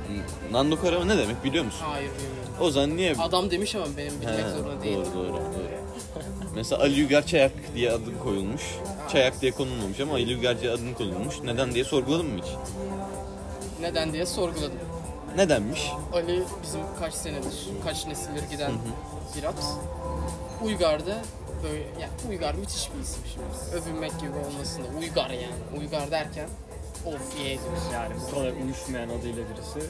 [SPEAKER 1] yani.
[SPEAKER 3] Nando Karava ne demek biliyor musun?
[SPEAKER 1] şey. Hayır bilmiyorum.
[SPEAKER 3] O zaman niye...
[SPEAKER 1] Adam demiş ama benim bilmek
[SPEAKER 3] He,
[SPEAKER 1] zorunda değil.
[SPEAKER 3] doğru, doğru, doğru. Mesela Ali Yüger Çayak diye adı koyulmuş. Çayak diye konulmamış ama Ali Yüger diye adını konulmuş. Neden diye sorguladın mı hiç?
[SPEAKER 1] Neden diye sorguladım.
[SPEAKER 3] Nedenmiş?
[SPEAKER 1] Ali bizim kaç senedir, kaç nesildir giden bir at. Uygar'da böyle, yani Uygar müthiş bir isim şimdi. Övünmek gibi olmasın da Uygar yani. Uygar derken of ye diyorsun.
[SPEAKER 2] Yani bu kadar uyuşmayan adıyla birisi.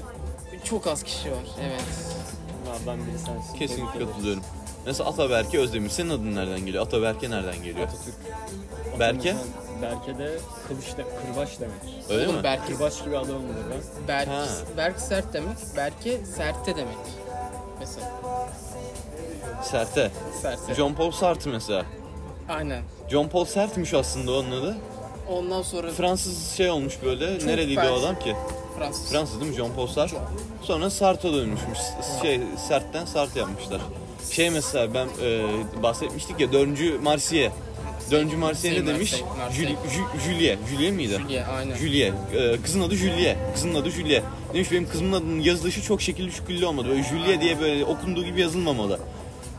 [SPEAKER 1] Çok az kişi var evet.
[SPEAKER 2] Bunlardan biri sensin.
[SPEAKER 3] Kesinlikle
[SPEAKER 2] Tebrik ederim.
[SPEAKER 3] katılıyorum. Mesela Ataberke Özdemir. Senin adın nereden geliyor? Ataberke nereden geliyor?
[SPEAKER 2] Atatürk.
[SPEAKER 3] Berke?
[SPEAKER 2] Atamızdan- Berke de kılıç de, kırbaç demek.
[SPEAKER 3] Öyle
[SPEAKER 1] Oğlum
[SPEAKER 3] mi?
[SPEAKER 1] Berk,
[SPEAKER 2] Kırbaç gibi adam olur ben.
[SPEAKER 1] Berk,
[SPEAKER 3] Ha.
[SPEAKER 1] Berk sert demek, Berke sertte demek. Mesela
[SPEAKER 3] Serte.
[SPEAKER 1] sertte.
[SPEAKER 3] John Paul Sartre mesela.
[SPEAKER 1] Aynen.
[SPEAKER 3] John Paul Sert'miş aslında onun adı.
[SPEAKER 1] Ondan sonra
[SPEAKER 3] Fransız şey olmuş böyle.
[SPEAKER 1] Çok
[SPEAKER 3] Nereliydi
[SPEAKER 1] fers.
[SPEAKER 3] o adam ki?
[SPEAKER 1] Fransız.
[SPEAKER 3] Fransız değil mi? John Paul Sartre.
[SPEAKER 1] John.
[SPEAKER 3] Sonra Sartre'a dönmüşmüş. S- Şey, Sartre'den Sartre yapmışlar. Şey mesela ben e, bahsetmiştik ya dördüncü Marsiye. Dördüncü Marsiye ne
[SPEAKER 1] Marseille,
[SPEAKER 3] demiş?
[SPEAKER 1] Marseille.
[SPEAKER 3] Jül- Jül- Julie. Julie miydi?
[SPEAKER 1] Julie, aynen.
[SPEAKER 3] Julie. Ee, kızın adı Julie. Kızın adı Julie. Demiş benim kızımın adının yazılışı çok şekilli şüküllü olmadı. Böyle Julie diye böyle okunduğu gibi yazılmamalı.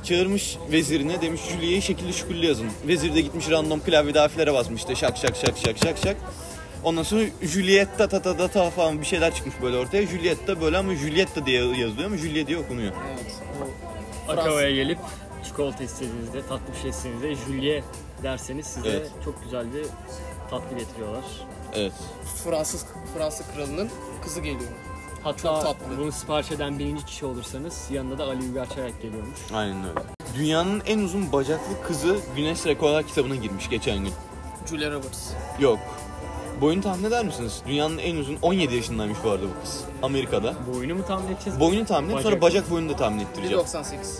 [SPEAKER 3] Çağırmış vezirine demiş Julie'yi şekilli şüküllü yazın. Vezir de gitmiş random klavyede harflere basmış işte şak şak şak şak şak şak. Ondan sonra Julietta ta ta ta ta falan bir şeyler çıkmış böyle ortaya. Julietta böyle ama Julietta diye yazılıyor ama Julie diye okunuyor.
[SPEAKER 1] Evet.
[SPEAKER 2] Akava'ya gelip çikolata istediğinizde, tatlı bir şey istediğinizde Julie derseniz size
[SPEAKER 3] Evet.
[SPEAKER 2] çok güzel bir tatlı getiriyorlar.
[SPEAKER 3] Evet.
[SPEAKER 1] Fransız Fransa kralının kızı geliyor. Çok
[SPEAKER 2] Hatta
[SPEAKER 1] tatlı.
[SPEAKER 2] bunu sipariş eden birinci kişi olursanız yanında da Ali Uygar Çayak geliyormuş.
[SPEAKER 3] Aynen öyle. Dünyanın en uzun bacaklı kızı Guinness Rekorlar kitabına girmiş geçen gün.
[SPEAKER 1] Julia Roberts.
[SPEAKER 3] Yok. Boyunu tahmin eder misiniz? Dünyanın en uzun 17 yaşındaymış bu arada bu kız. Amerika'da.
[SPEAKER 2] Boyunu mu tahmin edeceğiz?
[SPEAKER 3] Boyunu tahmin et sonra
[SPEAKER 2] Bacak.
[SPEAKER 3] bacak boyunu da tahmin ettireceğim.
[SPEAKER 1] 1.98.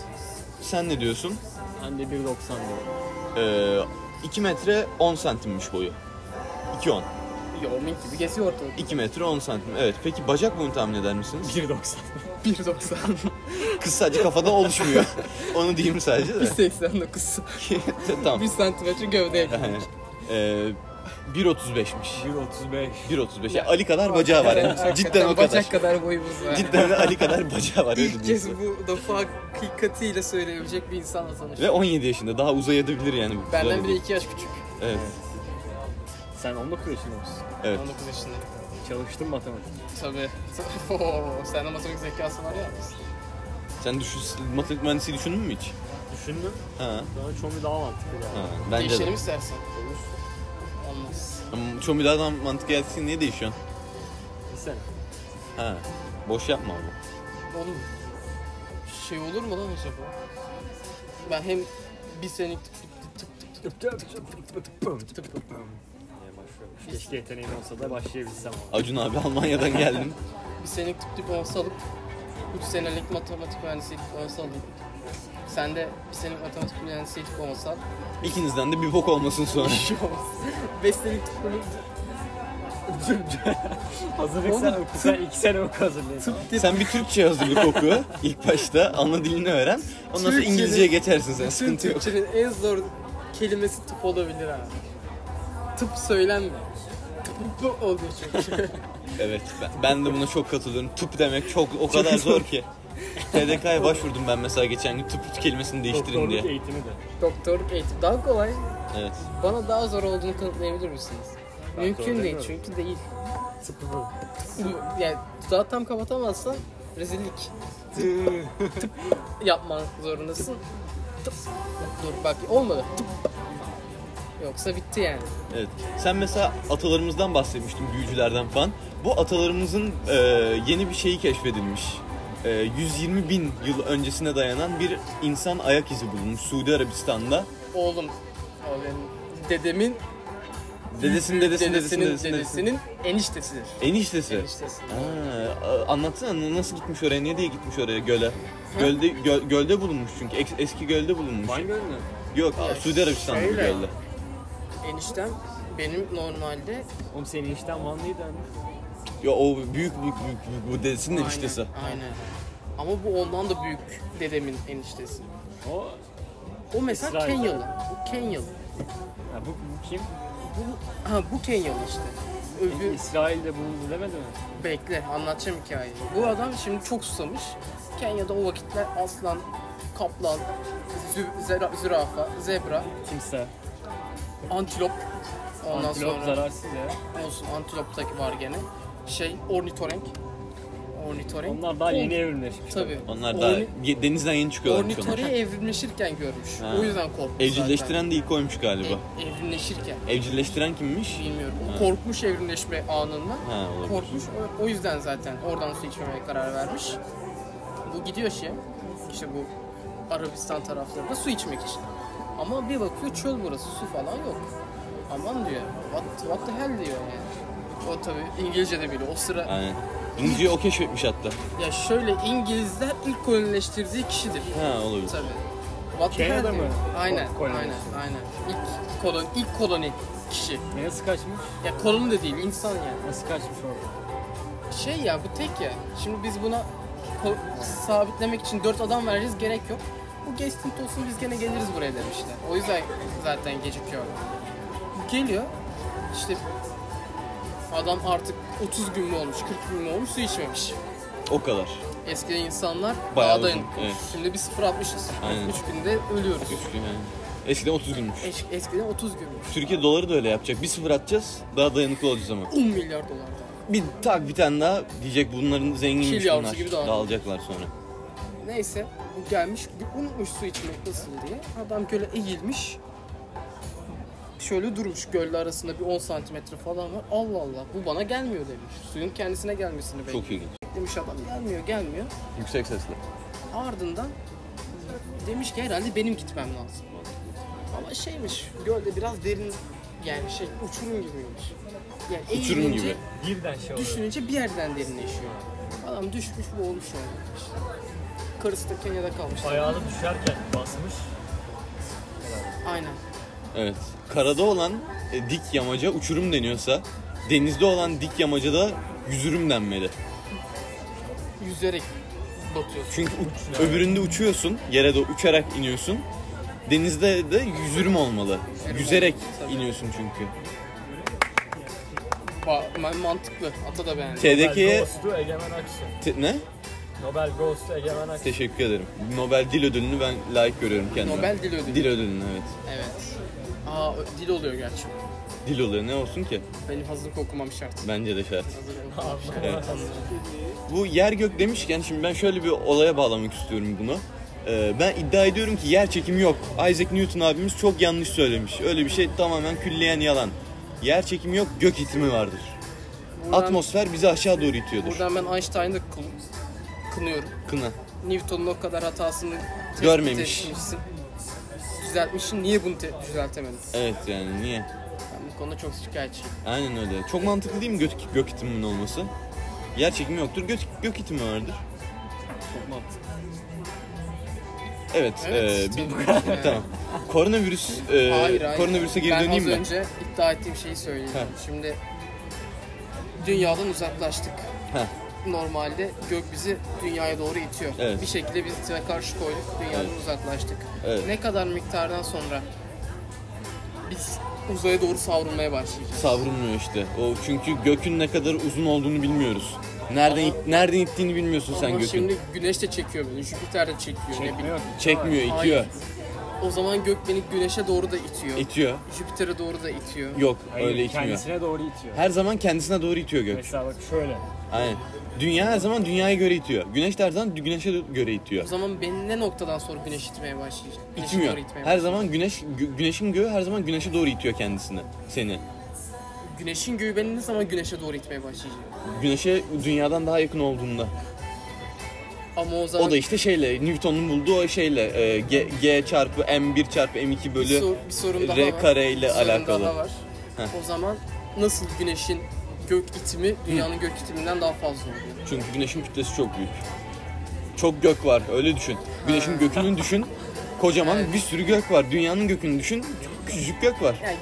[SPEAKER 3] Sen ne diyorsun?
[SPEAKER 2] Ben de 1.90 [LAUGHS] diyorum.
[SPEAKER 3] Ee, 2 metre 10 santimmiş boyu. 2.10.
[SPEAKER 1] Yorming gibi geziyor ortalıkta.
[SPEAKER 3] 2 metre 10 santim. Evet peki bacak boyunu tahmin eder misiniz?
[SPEAKER 2] 1.90.
[SPEAKER 1] [LAUGHS] 1.90.
[SPEAKER 3] Kız
[SPEAKER 1] [LAUGHS]
[SPEAKER 3] sadece kafadan oluşmuyor. Onu diyeyim sadece de.
[SPEAKER 1] 1.89.
[SPEAKER 3] [LAUGHS] tamam.
[SPEAKER 1] 1 santimetre gövde
[SPEAKER 3] [LAUGHS]
[SPEAKER 1] yapıyor.
[SPEAKER 3] Yani, ee, 1.35'miş.
[SPEAKER 2] 1.35.
[SPEAKER 3] 1.35. Yani Ali kadar
[SPEAKER 1] [LAUGHS]
[SPEAKER 3] bacağı var. Yani. Cidden o kadar.
[SPEAKER 1] Bacak kadar boyumuz var.
[SPEAKER 3] Cidden Ali kadar bacağı var. öyle
[SPEAKER 1] İlk
[SPEAKER 3] diyeyim.
[SPEAKER 1] kez bu defa hakikatiyle söyleyebilecek bir insanla
[SPEAKER 3] Ve
[SPEAKER 1] tanıştım.
[SPEAKER 3] 17 yaşında daha uzayabilir yani. bu kız, öyle
[SPEAKER 1] Benden bile
[SPEAKER 3] diyeyim.
[SPEAKER 1] 2 yaş küçük.
[SPEAKER 3] Evet.
[SPEAKER 2] Sen 19 yaşında mısın?
[SPEAKER 3] Evet.
[SPEAKER 1] 19 yaşında.
[SPEAKER 2] Çalıştın matematik.
[SPEAKER 1] Tabii. [LAUGHS] Oo, sende matematik zekası var ya.
[SPEAKER 3] Sen düşün, matematik mühendisliği düşündün mü hiç?
[SPEAKER 2] Düşündüm.
[SPEAKER 3] Ha.
[SPEAKER 2] Daha çoğu daha mantıklı
[SPEAKER 3] ha.
[SPEAKER 2] yani.
[SPEAKER 3] Bence de.
[SPEAKER 1] Değişelim istersen. Olmaz.
[SPEAKER 3] Ama Çoğu bir adam mantık gelsin niye değişiyorsun?
[SPEAKER 2] Bir sene.
[SPEAKER 3] Ha. Boş yapma abi.
[SPEAKER 1] Oğlum şey olur mu lan acaba? Ben hem bir senelik tıp tıp tıp tıp tıp
[SPEAKER 2] Keşke yeteneğim olsa da başlayabilsem.
[SPEAKER 1] [LAUGHS]
[SPEAKER 3] Acun abi Almanya'dan geldim.
[SPEAKER 1] bir senelik tıp tıp olsa alıp 3 senelik matematik mühendisliği olsa alayım. Sen de bir senelik matematik mühendisliği olsa
[SPEAKER 3] [LAUGHS]
[SPEAKER 1] al.
[SPEAKER 3] İkinizden de bir bok olmasın sonra.
[SPEAKER 1] Bir şey olmaz. 5 senelik tıp
[SPEAKER 2] Hazırlık sen oku. Sen 2 sene oku hazırlayın.
[SPEAKER 3] sen bir Türkçe hazırlık oku ilk başta. Ana dilini öğren. Ondan sonra
[SPEAKER 1] Türkçe'nin-
[SPEAKER 3] İngilizceye geçersin sen.
[SPEAKER 1] Tüm
[SPEAKER 3] Sıkıntı yok.
[SPEAKER 1] Türkçenin en zor kelimesi tıp olabilir abi. Tıp söylenmiyor. Tıp oluyor
[SPEAKER 3] [LAUGHS]
[SPEAKER 1] çünkü.
[SPEAKER 3] Evet ben, ben de buna çok katılıyorum. Tıp demek çok o kadar zor ki. TDK'ya başvurdum ben mesela geçen gün tıp kelimesini değiştirin
[SPEAKER 2] Doktorluk
[SPEAKER 3] diye.
[SPEAKER 2] eğitimi de.
[SPEAKER 1] Doktorluk eğitim daha kolay.
[SPEAKER 3] Evet.
[SPEAKER 1] Bana daha zor olduğunu kanıtlayabilir misiniz?
[SPEAKER 2] Ben
[SPEAKER 1] Mümkün
[SPEAKER 2] doğru
[SPEAKER 1] değil
[SPEAKER 2] demiyorum.
[SPEAKER 1] çünkü değil.
[SPEAKER 2] Sıfır.
[SPEAKER 1] Bu- Yani tuzağı tam kapatamazsan rezillik. Yapman zorundasın. Tıp. Dur bak olmadı. Tıp. Yoksa bitti yani.
[SPEAKER 3] Evet. Sen mesela atalarımızdan bahsetmiştin büyücülerden falan. Bu atalarımızın e, yeni bir şeyi keşfedilmiş. E, 120 bin yıl öncesine dayanan bir insan ayak izi bulunmuş Suudi Arabistan'da.
[SPEAKER 1] Oğlum, o benim dedemin
[SPEAKER 3] Dedesinin dedesinin dedesinin
[SPEAKER 1] dedesinin,
[SPEAKER 3] dedesinin, dedesinin.
[SPEAKER 1] dedesinin eniştesidir.
[SPEAKER 3] eniştesi.
[SPEAKER 1] Eniştesi.
[SPEAKER 3] Aa, a- anlatsana nasıl gitmiş oraya, niye diye gitmiş oraya göle. Gölde gö- gölde bulunmuş çünkü eks- eski gölde bulunmuş.
[SPEAKER 2] Van Gölü mü?
[SPEAKER 3] Yok, Suudi Arabistan'da bir
[SPEAKER 1] şöyle.
[SPEAKER 3] gölde.
[SPEAKER 1] Eniştem benim normalde
[SPEAKER 2] Oğlum senin işten Vanlıydı hani.
[SPEAKER 3] Ya o büyük büyük büyük, büyük bu dedesinin
[SPEAKER 1] Aynen,
[SPEAKER 3] eniştesi.
[SPEAKER 1] Aynen. Ama bu ondan da büyük dedemin eniştesi.
[SPEAKER 2] O,
[SPEAKER 1] O mesela
[SPEAKER 2] İsrail.
[SPEAKER 1] Kenyalı. Bu Kenyalı.
[SPEAKER 2] ya bu, bu kim?
[SPEAKER 1] Bu, ha bu Kenyalı işte.
[SPEAKER 2] E,
[SPEAKER 1] Öbür,
[SPEAKER 2] İsrail'de bulundu demedi mi?
[SPEAKER 1] bekle anlatacağım hikayeyi. Bu adam şimdi çok susamış. Kenya'da o vakitler aslan, kaplan, zü- zera- zürafa, zebra,
[SPEAKER 2] Kimse.
[SPEAKER 1] antilop. Ondan
[SPEAKER 2] Antilop
[SPEAKER 1] sonra
[SPEAKER 2] zararsız ya.
[SPEAKER 1] olsun antiloptaki var gene. Şey ornitorenk. Ornitorenk.
[SPEAKER 2] Onlar daha yeni
[SPEAKER 1] Orn-
[SPEAKER 2] evrimleşmiş.
[SPEAKER 1] Tabii.
[SPEAKER 3] Onlar da
[SPEAKER 1] Orni-
[SPEAKER 3] ye- denizden yeni çıkıyorlar.
[SPEAKER 1] Ornitori'yi evrimleşirken görmüş.
[SPEAKER 3] Ha.
[SPEAKER 1] O yüzden korkmuş zaten.
[SPEAKER 3] Evcilleştiren de ilk oymuş galiba.
[SPEAKER 1] E- evrimleşirken.
[SPEAKER 3] Evcilleştiren kimmiş?
[SPEAKER 1] Bilmiyorum. O
[SPEAKER 3] Ha.
[SPEAKER 1] korkmuş evrimleşme anında.
[SPEAKER 3] Ha, olabilir.
[SPEAKER 1] korkmuş. O, o yüzden zaten oradan su içmemeye karar vermiş. Bu gidiyor şey. işte bu Arabistan taraflarında su içmek için. Ama bir bakıyor çöl burası. Su falan yok. Aman diyor. What, what the hell diyor yani. O tabii İngilizce'de bile o sıra.
[SPEAKER 3] Aynen. İngilizceyi o keşfetmiş hatta.
[SPEAKER 1] Ya şöyle İngilizler ilk kolonileştirdiği kişidir.
[SPEAKER 3] Ha olabilir.
[SPEAKER 1] Tabii. What the
[SPEAKER 2] Kenya'da
[SPEAKER 1] hell diyor.
[SPEAKER 2] mı?
[SPEAKER 1] Aynen,
[SPEAKER 2] Ko- koloni.
[SPEAKER 1] aynen, aynen. İlk koloni, ilk koloni kişi.
[SPEAKER 2] Nasıl kaçmış?
[SPEAKER 1] Ya koloni de değil, insan yani.
[SPEAKER 2] Nasıl kaçmış orada?
[SPEAKER 1] şey ya bu tek ya. Şimdi biz buna ko- sabitlemek için 4 adam vereceğiz gerek yok. Bu geçsin olsun biz gene geliriz buraya demişler. O yüzden zaten gecikiyor. Geliyor. İşte adam artık 30 gün mü olmuş 40 gün mü olmuş su içmemiş.
[SPEAKER 3] O kadar.
[SPEAKER 1] Eskiden insanlar
[SPEAKER 3] Bayağı
[SPEAKER 1] Bayağı
[SPEAKER 3] uzun,
[SPEAKER 1] daha dayanıklı.
[SPEAKER 3] evet.
[SPEAKER 1] Şimdi biz 0 60'ız.
[SPEAKER 3] Aynen.
[SPEAKER 1] 3 günde ölüyoruz.
[SPEAKER 3] Eskiden 30 günmüş.
[SPEAKER 1] Eş- eskiden 30 günmüş.
[SPEAKER 3] Türkiye doları da öyle yapacak. Bir sıfır atacağız. Daha dayanıklı olacağız ama.
[SPEAKER 1] 10 milyar dolar daha.
[SPEAKER 3] Bir tak bir tane daha diyecek bunların zenginmiş
[SPEAKER 1] Kil yavrusu
[SPEAKER 3] bunlar.
[SPEAKER 1] gibi dağılacak.
[SPEAKER 3] Dağılacaklar sonra.
[SPEAKER 1] Neyse bu gelmiş bir unutmuş su içmek nasıl diye. Adam göle eğilmiş. Şöyle durmuş gölle arasında bir 10 santimetre falan var. Allah Allah bu bana gelmiyor demiş. Suyun kendisine gelmesini bekliyor.
[SPEAKER 3] Çok ilginç.
[SPEAKER 1] Demiş adam gelmiyor gelmiyor.
[SPEAKER 3] Yüksek sesle.
[SPEAKER 1] Ardından demiş ki herhalde benim gitmem lazım. Ama şeymiş gölde biraz derin yani şey uçurum gibiymiş. Yani
[SPEAKER 3] Uçurum
[SPEAKER 1] eğilince,
[SPEAKER 3] gibi.
[SPEAKER 2] Birden şey oluyor.
[SPEAKER 1] Düşününce bir yerden derinleşiyor. Adam düşmüş boğulmuş olmuş. Karısı da Kenya'da kalmış.
[SPEAKER 2] Ayağını düşerken basmış.
[SPEAKER 1] Aynen.
[SPEAKER 3] Evet. Karada olan e, dik yamaca uçurum deniyorsa denizde olan dik yamaca da yüzürüm denmeli.
[SPEAKER 1] Yüzerek batıyorsun.
[SPEAKER 3] Çünkü uç- öbüründe uçuyorsun, yere de uçarak iniyorsun. Denizde de yüzürüm olmalı.
[SPEAKER 1] Yüzürüm
[SPEAKER 3] Yüzerek
[SPEAKER 1] olmalı, tabii.
[SPEAKER 3] iniyorsun çünkü.
[SPEAKER 1] Ba- ma- mantıklı. Ata da beğendi.
[SPEAKER 2] Nobel
[SPEAKER 3] TDK'ye
[SPEAKER 2] Ghost'u Egemen Aksu.
[SPEAKER 3] te- ne?
[SPEAKER 2] Nobel Ghost'u Egemen Aksu.
[SPEAKER 3] Teşekkür ederim. Nobel Dil Ödülünü ben layık görüyorum kendime.
[SPEAKER 1] Nobel dil ödülü.
[SPEAKER 3] Dil Ödülünü evet.
[SPEAKER 1] Evet. Aa ö- dil oluyor gerçi.
[SPEAKER 3] Dil oluyor ne olsun ki?
[SPEAKER 1] Benim hazırlık okumam şart.
[SPEAKER 3] Bence de şart.
[SPEAKER 1] Hazırlık okumam şart.
[SPEAKER 3] Evet. Bu yer gök demişken şimdi ben şöyle bir olaya bağlamak istiyorum bunu. Ee, ben iddia ediyorum ki yer çekimi yok. Isaac Newton abimiz çok yanlış söylemiş. Öyle bir şey tamamen külliyen yalan. Yer çekimi yok, gök itimi vardır.
[SPEAKER 1] Buradan,
[SPEAKER 3] Atmosfer bizi aşağı doğru itiyordur.
[SPEAKER 1] buradan ben Einstein'ı da kın- kınıyorum.
[SPEAKER 3] Kına.
[SPEAKER 1] Newton'un o kadar hatasını tespit
[SPEAKER 3] Görmemiş.
[SPEAKER 1] etmişsin. Düzeltmişsin. Niye bunu te- düzeltemedin?
[SPEAKER 3] Evet yani niye?
[SPEAKER 1] Ben bu konuda çok şikayetçiyim.
[SPEAKER 3] Aynen öyle. Çok mantıklı değil mi gök, gök itiminin olması? Yer çekimi yoktur, gök, gök itimi vardır.
[SPEAKER 1] Çok mantıklı.
[SPEAKER 3] Evet,
[SPEAKER 1] Evet,
[SPEAKER 3] e,
[SPEAKER 1] tabii.
[SPEAKER 3] bir- [LAUGHS] tamam. Koronavirüs, e,
[SPEAKER 1] Hayır hayır.
[SPEAKER 3] koronavirüse geri
[SPEAKER 1] ben
[SPEAKER 3] döneyim
[SPEAKER 1] az
[SPEAKER 3] mi?
[SPEAKER 1] önce iddia ettiğim şeyi söyleyeceğim. Şimdi dünyadan uzaklaştık.
[SPEAKER 3] Heh.
[SPEAKER 1] Normalde gök bizi dünyaya doğru itiyor.
[SPEAKER 3] Evet.
[SPEAKER 1] Bir şekilde biz bize karşı koyduk, dünyadan
[SPEAKER 3] Evet.
[SPEAKER 1] uzaklaştık.
[SPEAKER 3] Evet.
[SPEAKER 1] Ne kadar miktardan sonra biz uzaya doğru savrulmaya başlayacağız.
[SPEAKER 3] savrulmuyor işte. O çünkü gökün ne kadar uzun olduğunu bilmiyoruz. Nereden
[SPEAKER 1] Ama-
[SPEAKER 3] it- nereden ittiğini bilmiyorsun sen
[SPEAKER 1] Ama
[SPEAKER 3] gökün.
[SPEAKER 1] şimdi güneş de çekiyor beni, Jüpiter de çekiyor. Ne bileyim.
[SPEAKER 2] Çekmiyor.
[SPEAKER 3] Çekmiyor, itiyor.
[SPEAKER 1] Hayır. O zaman gök beni güneşe doğru da itiyor.
[SPEAKER 3] İtiyor.
[SPEAKER 1] Jüpiter'e doğru da itiyor.
[SPEAKER 3] Yok,
[SPEAKER 2] Hayır,
[SPEAKER 3] öyle itmiyor.
[SPEAKER 2] Kendisine doğru itiyor.
[SPEAKER 3] Her zaman kendisine doğru itiyor gök.
[SPEAKER 2] Mesela bak şöyle.
[SPEAKER 3] Aynen. Dünya her zaman dünyaya göre itiyor. Güneş de her zaman güneşe göre itiyor.
[SPEAKER 1] O zaman beni ne noktadan sonra güneş itmeye başlayacak? Güneşe
[SPEAKER 3] İtmiyor.
[SPEAKER 1] doğru itmeye
[SPEAKER 3] Her zaman güneş gü- güneşin göğü her zaman güneşe doğru itiyor kendisini. Seni.
[SPEAKER 1] Güneşin göğü beni ne zaman güneşe doğru itmeye başlayacak?
[SPEAKER 3] Güneşe dünyadan daha yakın olduğunda.
[SPEAKER 1] Ama o zaman
[SPEAKER 3] O da işte şeyle Newton'un bulduğu o şeyle e, G, G çarpı M1 çarpı M2
[SPEAKER 1] bir,
[SPEAKER 3] bölü
[SPEAKER 1] sor- bir sorun daha
[SPEAKER 3] R
[SPEAKER 1] var.
[SPEAKER 3] kare ile
[SPEAKER 1] Bir sorun
[SPEAKER 3] alakalı.
[SPEAKER 1] Daha var.
[SPEAKER 3] Heh.
[SPEAKER 1] O zaman nasıl güneşin gök itimi dünyanın gök itiminden daha fazla oluyor?
[SPEAKER 3] Çünkü güneşin kütlesi çok büyük. Çok gök var öyle düşün. Güneşin gökünü düşün. Kocaman
[SPEAKER 1] Evet.
[SPEAKER 3] bir sürü gök var. Dünyanın gökünü düşün. Küçücük gök var.
[SPEAKER 1] Yani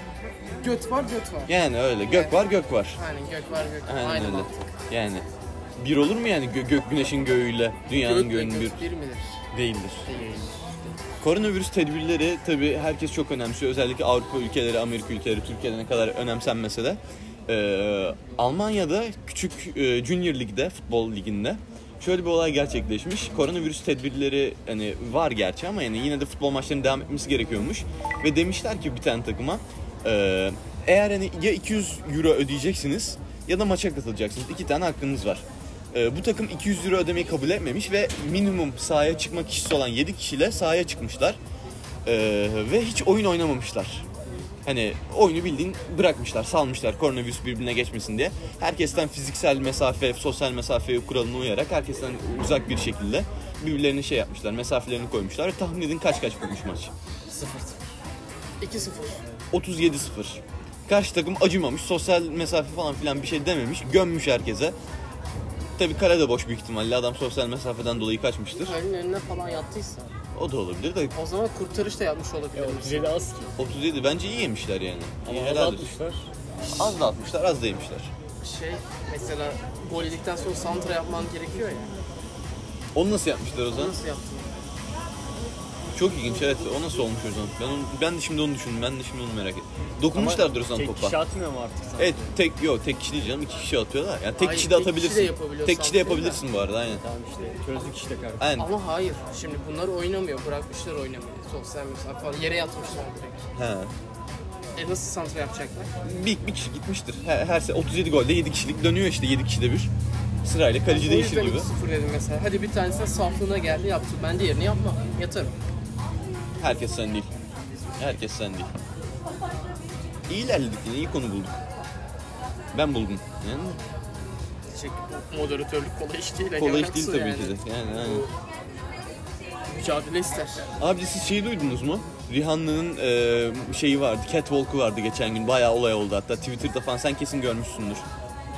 [SPEAKER 1] göt var göt var.
[SPEAKER 3] Yani öyle gök var gök var.
[SPEAKER 1] Aynen gök var gök var.
[SPEAKER 3] Aynen
[SPEAKER 1] Aynı
[SPEAKER 3] öyle.
[SPEAKER 1] mantık.
[SPEAKER 3] Yani bir olur mu yani gö- gök güneşin göğüyle dünyanın
[SPEAKER 1] Gök ve
[SPEAKER 3] göğünün bir
[SPEAKER 1] gök bir midir?
[SPEAKER 3] değildir.
[SPEAKER 1] Değil.
[SPEAKER 3] Koronavirüs tedbirleri tabii herkes çok önemsiyor. Özellikle Avrupa ülkeleri, Amerika ülkeleri, Türkiye'de ne kadar önemsenmese de. Ee, Almanya'da küçük e, Junior Lig'de, futbol liginde şöyle bir olay gerçekleşmiş. Koronavirüs tedbirleri hani var gerçi ama yani yine de futbol maçlarının devam etmesi gerekiyormuş. Ve demişler ki bir tane takıma e, eğer hani ya 200 euro ödeyeceksiniz ya da maça katılacaksınız. İki tane hakkınız var. Ee, bu takım 200 euro ödemeyi kabul etmemiş ve minimum sahaya çıkma kişisi olan 7 kişiyle sahaya çıkmışlar. Ee, ve hiç oyun oynamamışlar. Hani oyunu bildiğin bırakmışlar, salmışlar koronavirüs birbirine geçmesin diye. Herkesten fiziksel mesafe, sosyal mesafe kuralına uyarak herkesten uzak bir şekilde birbirlerine şey yapmışlar, mesafelerini koymuşlar. Tahmin edin kaç kaç bitmiş maç?
[SPEAKER 1] 2-0.
[SPEAKER 3] 37-0. Karşı takım acımamış, sosyal mesafe falan filan bir şey dememiş, gömmüş herkese. Tabii kale de boş büyük ihtimalle adam sosyal mesafeden dolayı kaçmıştır.
[SPEAKER 1] Kalinin önüne falan yattıysa.
[SPEAKER 3] O da olabilir de
[SPEAKER 1] O zaman kurtarış da yapmış olabilir.
[SPEAKER 2] E, 37 az ki.
[SPEAKER 3] 37 bence iyi yemişler yani. İyi
[SPEAKER 2] Ama az
[SPEAKER 3] helaldir.
[SPEAKER 2] atmışlar.
[SPEAKER 3] Az da atmışlar, az da yemişler.
[SPEAKER 1] şey mesela gol yedikten sonra santra yapman gerekiyor ya.
[SPEAKER 3] Onu nasıl yapmışlar o zaman?
[SPEAKER 1] Onu nasıl yaptın?
[SPEAKER 3] Çok ilginç evet. O nasıl olmuş o zaman? Ben, onu- ben de şimdi onu düşündüm. Ben de şimdi onu merak ettim. Dokunmuşlardır o zaman
[SPEAKER 2] Tek
[SPEAKER 3] topa.
[SPEAKER 2] kişi atmıyor mu artık sana?
[SPEAKER 3] Evet tek yok tek kişi değil canım iki kişi atıyorlar. Yani tek
[SPEAKER 1] Hayır,
[SPEAKER 3] kişi de
[SPEAKER 1] tek kişi de
[SPEAKER 3] atabilirsin.
[SPEAKER 1] yapabiliyor
[SPEAKER 3] tek kişi de
[SPEAKER 1] sanki değil mi?
[SPEAKER 3] yapabilirsin bu arada aynen.
[SPEAKER 2] Tamam işte çözdük işte kardeşim.
[SPEAKER 3] Aynen.
[SPEAKER 1] Ama hayır. Şimdi bunlar oynamıyor. Bırakmışlar oynamayı. Sosyal mesafe falan. Yere yatmışlar direkt.
[SPEAKER 3] He.
[SPEAKER 1] E nasıl santra yapacaklar?
[SPEAKER 3] Bir, bir kişi gitmiştir. Her, her se- 37 golde 7 kişilik dönüyor işte 7 kişide bir. Sırayla kaleci
[SPEAKER 1] o
[SPEAKER 3] değişir
[SPEAKER 1] yüzden
[SPEAKER 3] gibi.
[SPEAKER 1] 2-0 dedim mesela. Hadi bir tanesine saflığına geldi yaptı. Ben diğerini yapmam. Yatarım.
[SPEAKER 3] Herkes sen değil. Herkes sen değil. İyi ilerledik yine iyi konu bulduk. Ben buldum. Yani
[SPEAKER 1] Şey, bu moderatörlük kolay iş değil.
[SPEAKER 3] kolay iş
[SPEAKER 1] alakası
[SPEAKER 3] değil tabii
[SPEAKER 1] yani.
[SPEAKER 3] ki de. Yani, aynen.
[SPEAKER 1] Bu mücadele ister.
[SPEAKER 3] Abi siz şeyi duydunuz mu? Rihanna'nın e, şeyi vardı, catwalk'u vardı geçen gün. Bayağı olay oldu hatta. Twitter'da falan sen kesin görmüşsündür.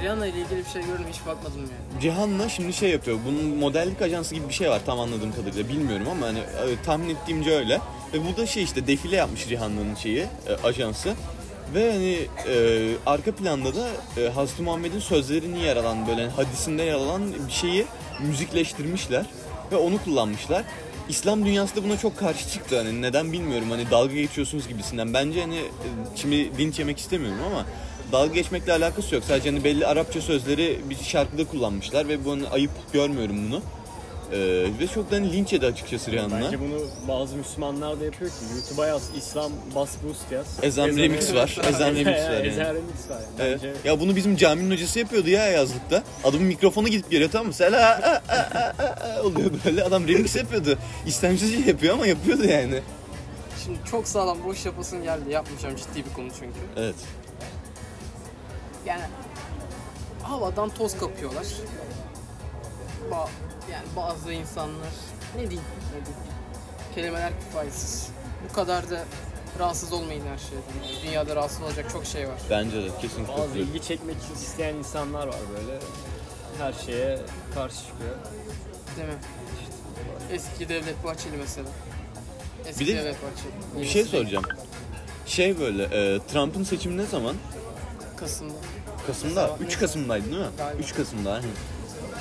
[SPEAKER 1] Rihanna ile ilgili bir şey gördüm hiç bakmadım yani.
[SPEAKER 3] Rihanna şimdi şey yapıyor. Bunun modellik ajansı gibi bir şey var tam anladığım kadarıyla. Bilmiyorum ama hani e, tahmin ettiğimce öyle. Ve bu da şey işte defile yapmış Rihanna'nın şeyi, e, ajansı. Ve hani e, arka planda da e, Hazreti Muhammed'in sözlerini yer alan böyle hani hadisinde yer alan bir şeyi müzikleştirmişler. Ve onu kullanmışlar. İslam dünyası da buna çok karşı çıktı hani neden bilmiyorum hani dalga geçiyorsunuz gibisinden. Bence hani e, şimdi linç yemek istemiyorum ama dalga geçmekle alakası yok. Sadece hani belli Arapça sözleri bir şarkıda kullanmışlar ve bunu ayıp görmüyorum bunu. Ee, ve çok da hani linç yedi açıkçası Rihanna.
[SPEAKER 2] Bence bunu bazı Müslümanlar da yapıyor ki. YouTube'a yaz İslam Bas Boost yaz.
[SPEAKER 3] Ezan remix
[SPEAKER 2] [LAUGHS]
[SPEAKER 3] var. Ezan remix var yani.
[SPEAKER 2] Ezan remix var. yani.
[SPEAKER 3] Evet.
[SPEAKER 2] Bence
[SPEAKER 3] Ya bunu bizim caminin hocası yapıyordu ya yazlıkta. Adamın mikrofonu gidip geliyor tamam mı? Sela a, a, a, a, a oluyor böyle. Adam remix yapıyordu. İstemsizce yapıyor ama yapıyordu yani.
[SPEAKER 1] Şimdi çok sağlam boş yapasın geldi. Yapmayacağım ciddi bir konu çünkü.
[SPEAKER 3] Evet.
[SPEAKER 1] Yani havadan toz kapıyorlar. Ba- yani bazı insanlar ne diyeyim, ne diyeyim. Kelimeler kifayetsiz. Bu kadar da rahatsız olmayın her şeyden. Yani dünyada rahatsız olacak çok şey var.
[SPEAKER 3] Bence de kesinlikle.
[SPEAKER 2] bazı
[SPEAKER 3] katılıyorum.
[SPEAKER 2] ilgi çekmek isteyen insanlar var böyle. Her şeye karşı çıkıyor.
[SPEAKER 1] Değil mi? Eski Devlet Bahçeli mesela. Eski
[SPEAKER 3] Bir de
[SPEAKER 1] Devlet Bahçeli.
[SPEAKER 3] Bir şey soracağım. Şey böyle e, Trump'ın seçimi ne zaman?
[SPEAKER 1] Kasım'da.
[SPEAKER 3] Kasım'da. 3 Kasım'daydı değil mi?
[SPEAKER 1] Galiba.
[SPEAKER 3] 3 Kasım'da aynen.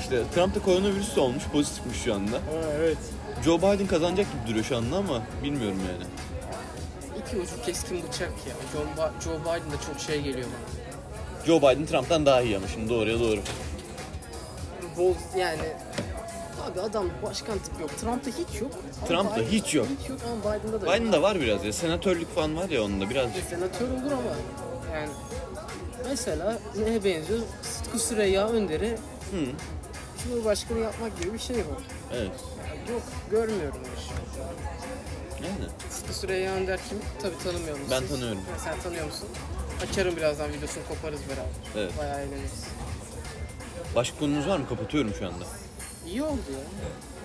[SPEAKER 3] İşte Trump da koronavirüs de olmuş, pozitifmiş şu anda.
[SPEAKER 2] evet.
[SPEAKER 3] Joe Biden kazanacak gibi duruyor şu anda ama bilmiyorum yani.
[SPEAKER 1] İki ucu keskin bıçak ya. John Ba- Joe Biden de çok şey geliyor bana.
[SPEAKER 3] Joe Biden Trump'tan daha iyi ama şimdi doğruya doğru.
[SPEAKER 1] Bol yani Abi adam başkan tipi yok. Trump'ta hiç yok. Ama
[SPEAKER 3] Trump'ta
[SPEAKER 1] Biden-
[SPEAKER 3] hiç yok.
[SPEAKER 1] Hiç yok ama Biden'da da yok.
[SPEAKER 3] Biden'da var biraz ya. Senatörlük falan var ya onda birazcık.
[SPEAKER 1] Senatör olur ama yani mesela neye benziyor? Sıtkı Süreyya Önder'i
[SPEAKER 3] Hı.
[SPEAKER 1] Cumhurbaşkanı yapmak gibi bir şey var.
[SPEAKER 3] Evet.
[SPEAKER 1] Yani Yok görmüyorum öyle şey.
[SPEAKER 3] Yani.
[SPEAKER 1] Sıtkı Süreyya Önder kim? Tabii tanımıyor musun?
[SPEAKER 3] Ben tanıyorum.
[SPEAKER 1] Ha, sen tanıyor musun? Açarım birazdan videosunu koparız beraber.
[SPEAKER 3] Evet.
[SPEAKER 1] Bayağı eğleniriz.
[SPEAKER 3] Başka konunuz var mı? Kapatıyorum şu anda.
[SPEAKER 1] İyi oldu ya.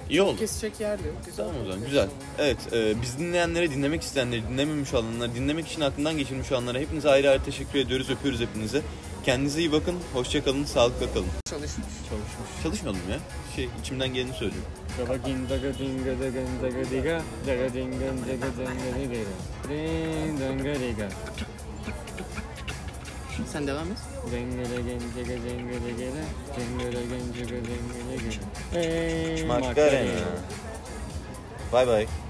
[SPEAKER 3] İyi oldu.
[SPEAKER 1] Kesecek yer de yok. Güzel
[SPEAKER 3] Tamam o zaman
[SPEAKER 1] oldu.
[SPEAKER 3] güzel. Evet e, biz dinleyenlere, dinlemek isteyenlere, dinlememiş olanlara, dinlemek için aklından geçirmiş olanlara hepinize ayrı ayrı teşekkür ediyoruz. Öpüyoruz hepinizi. Kendinize iyi bakın. Hoşçakalın. Sağlıkla kalın.
[SPEAKER 1] Çalışmış.
[SPEAKER 2] Çalışmış.
[SPEAKER 3] Çalışmadım ya. Şey içimden geleni söylüyorum.
[SPEAKER 2] Daga gin daga dinga daga daga diga daga dinga daga daga diga Din daga diga
[SPEAKER 1] Sen devam et.
[SPEAKER 2] Dinga daga daga dinga diga dinga daga daga dinga diga Hey
[SPEAKER 3] Makarena. Bay bay.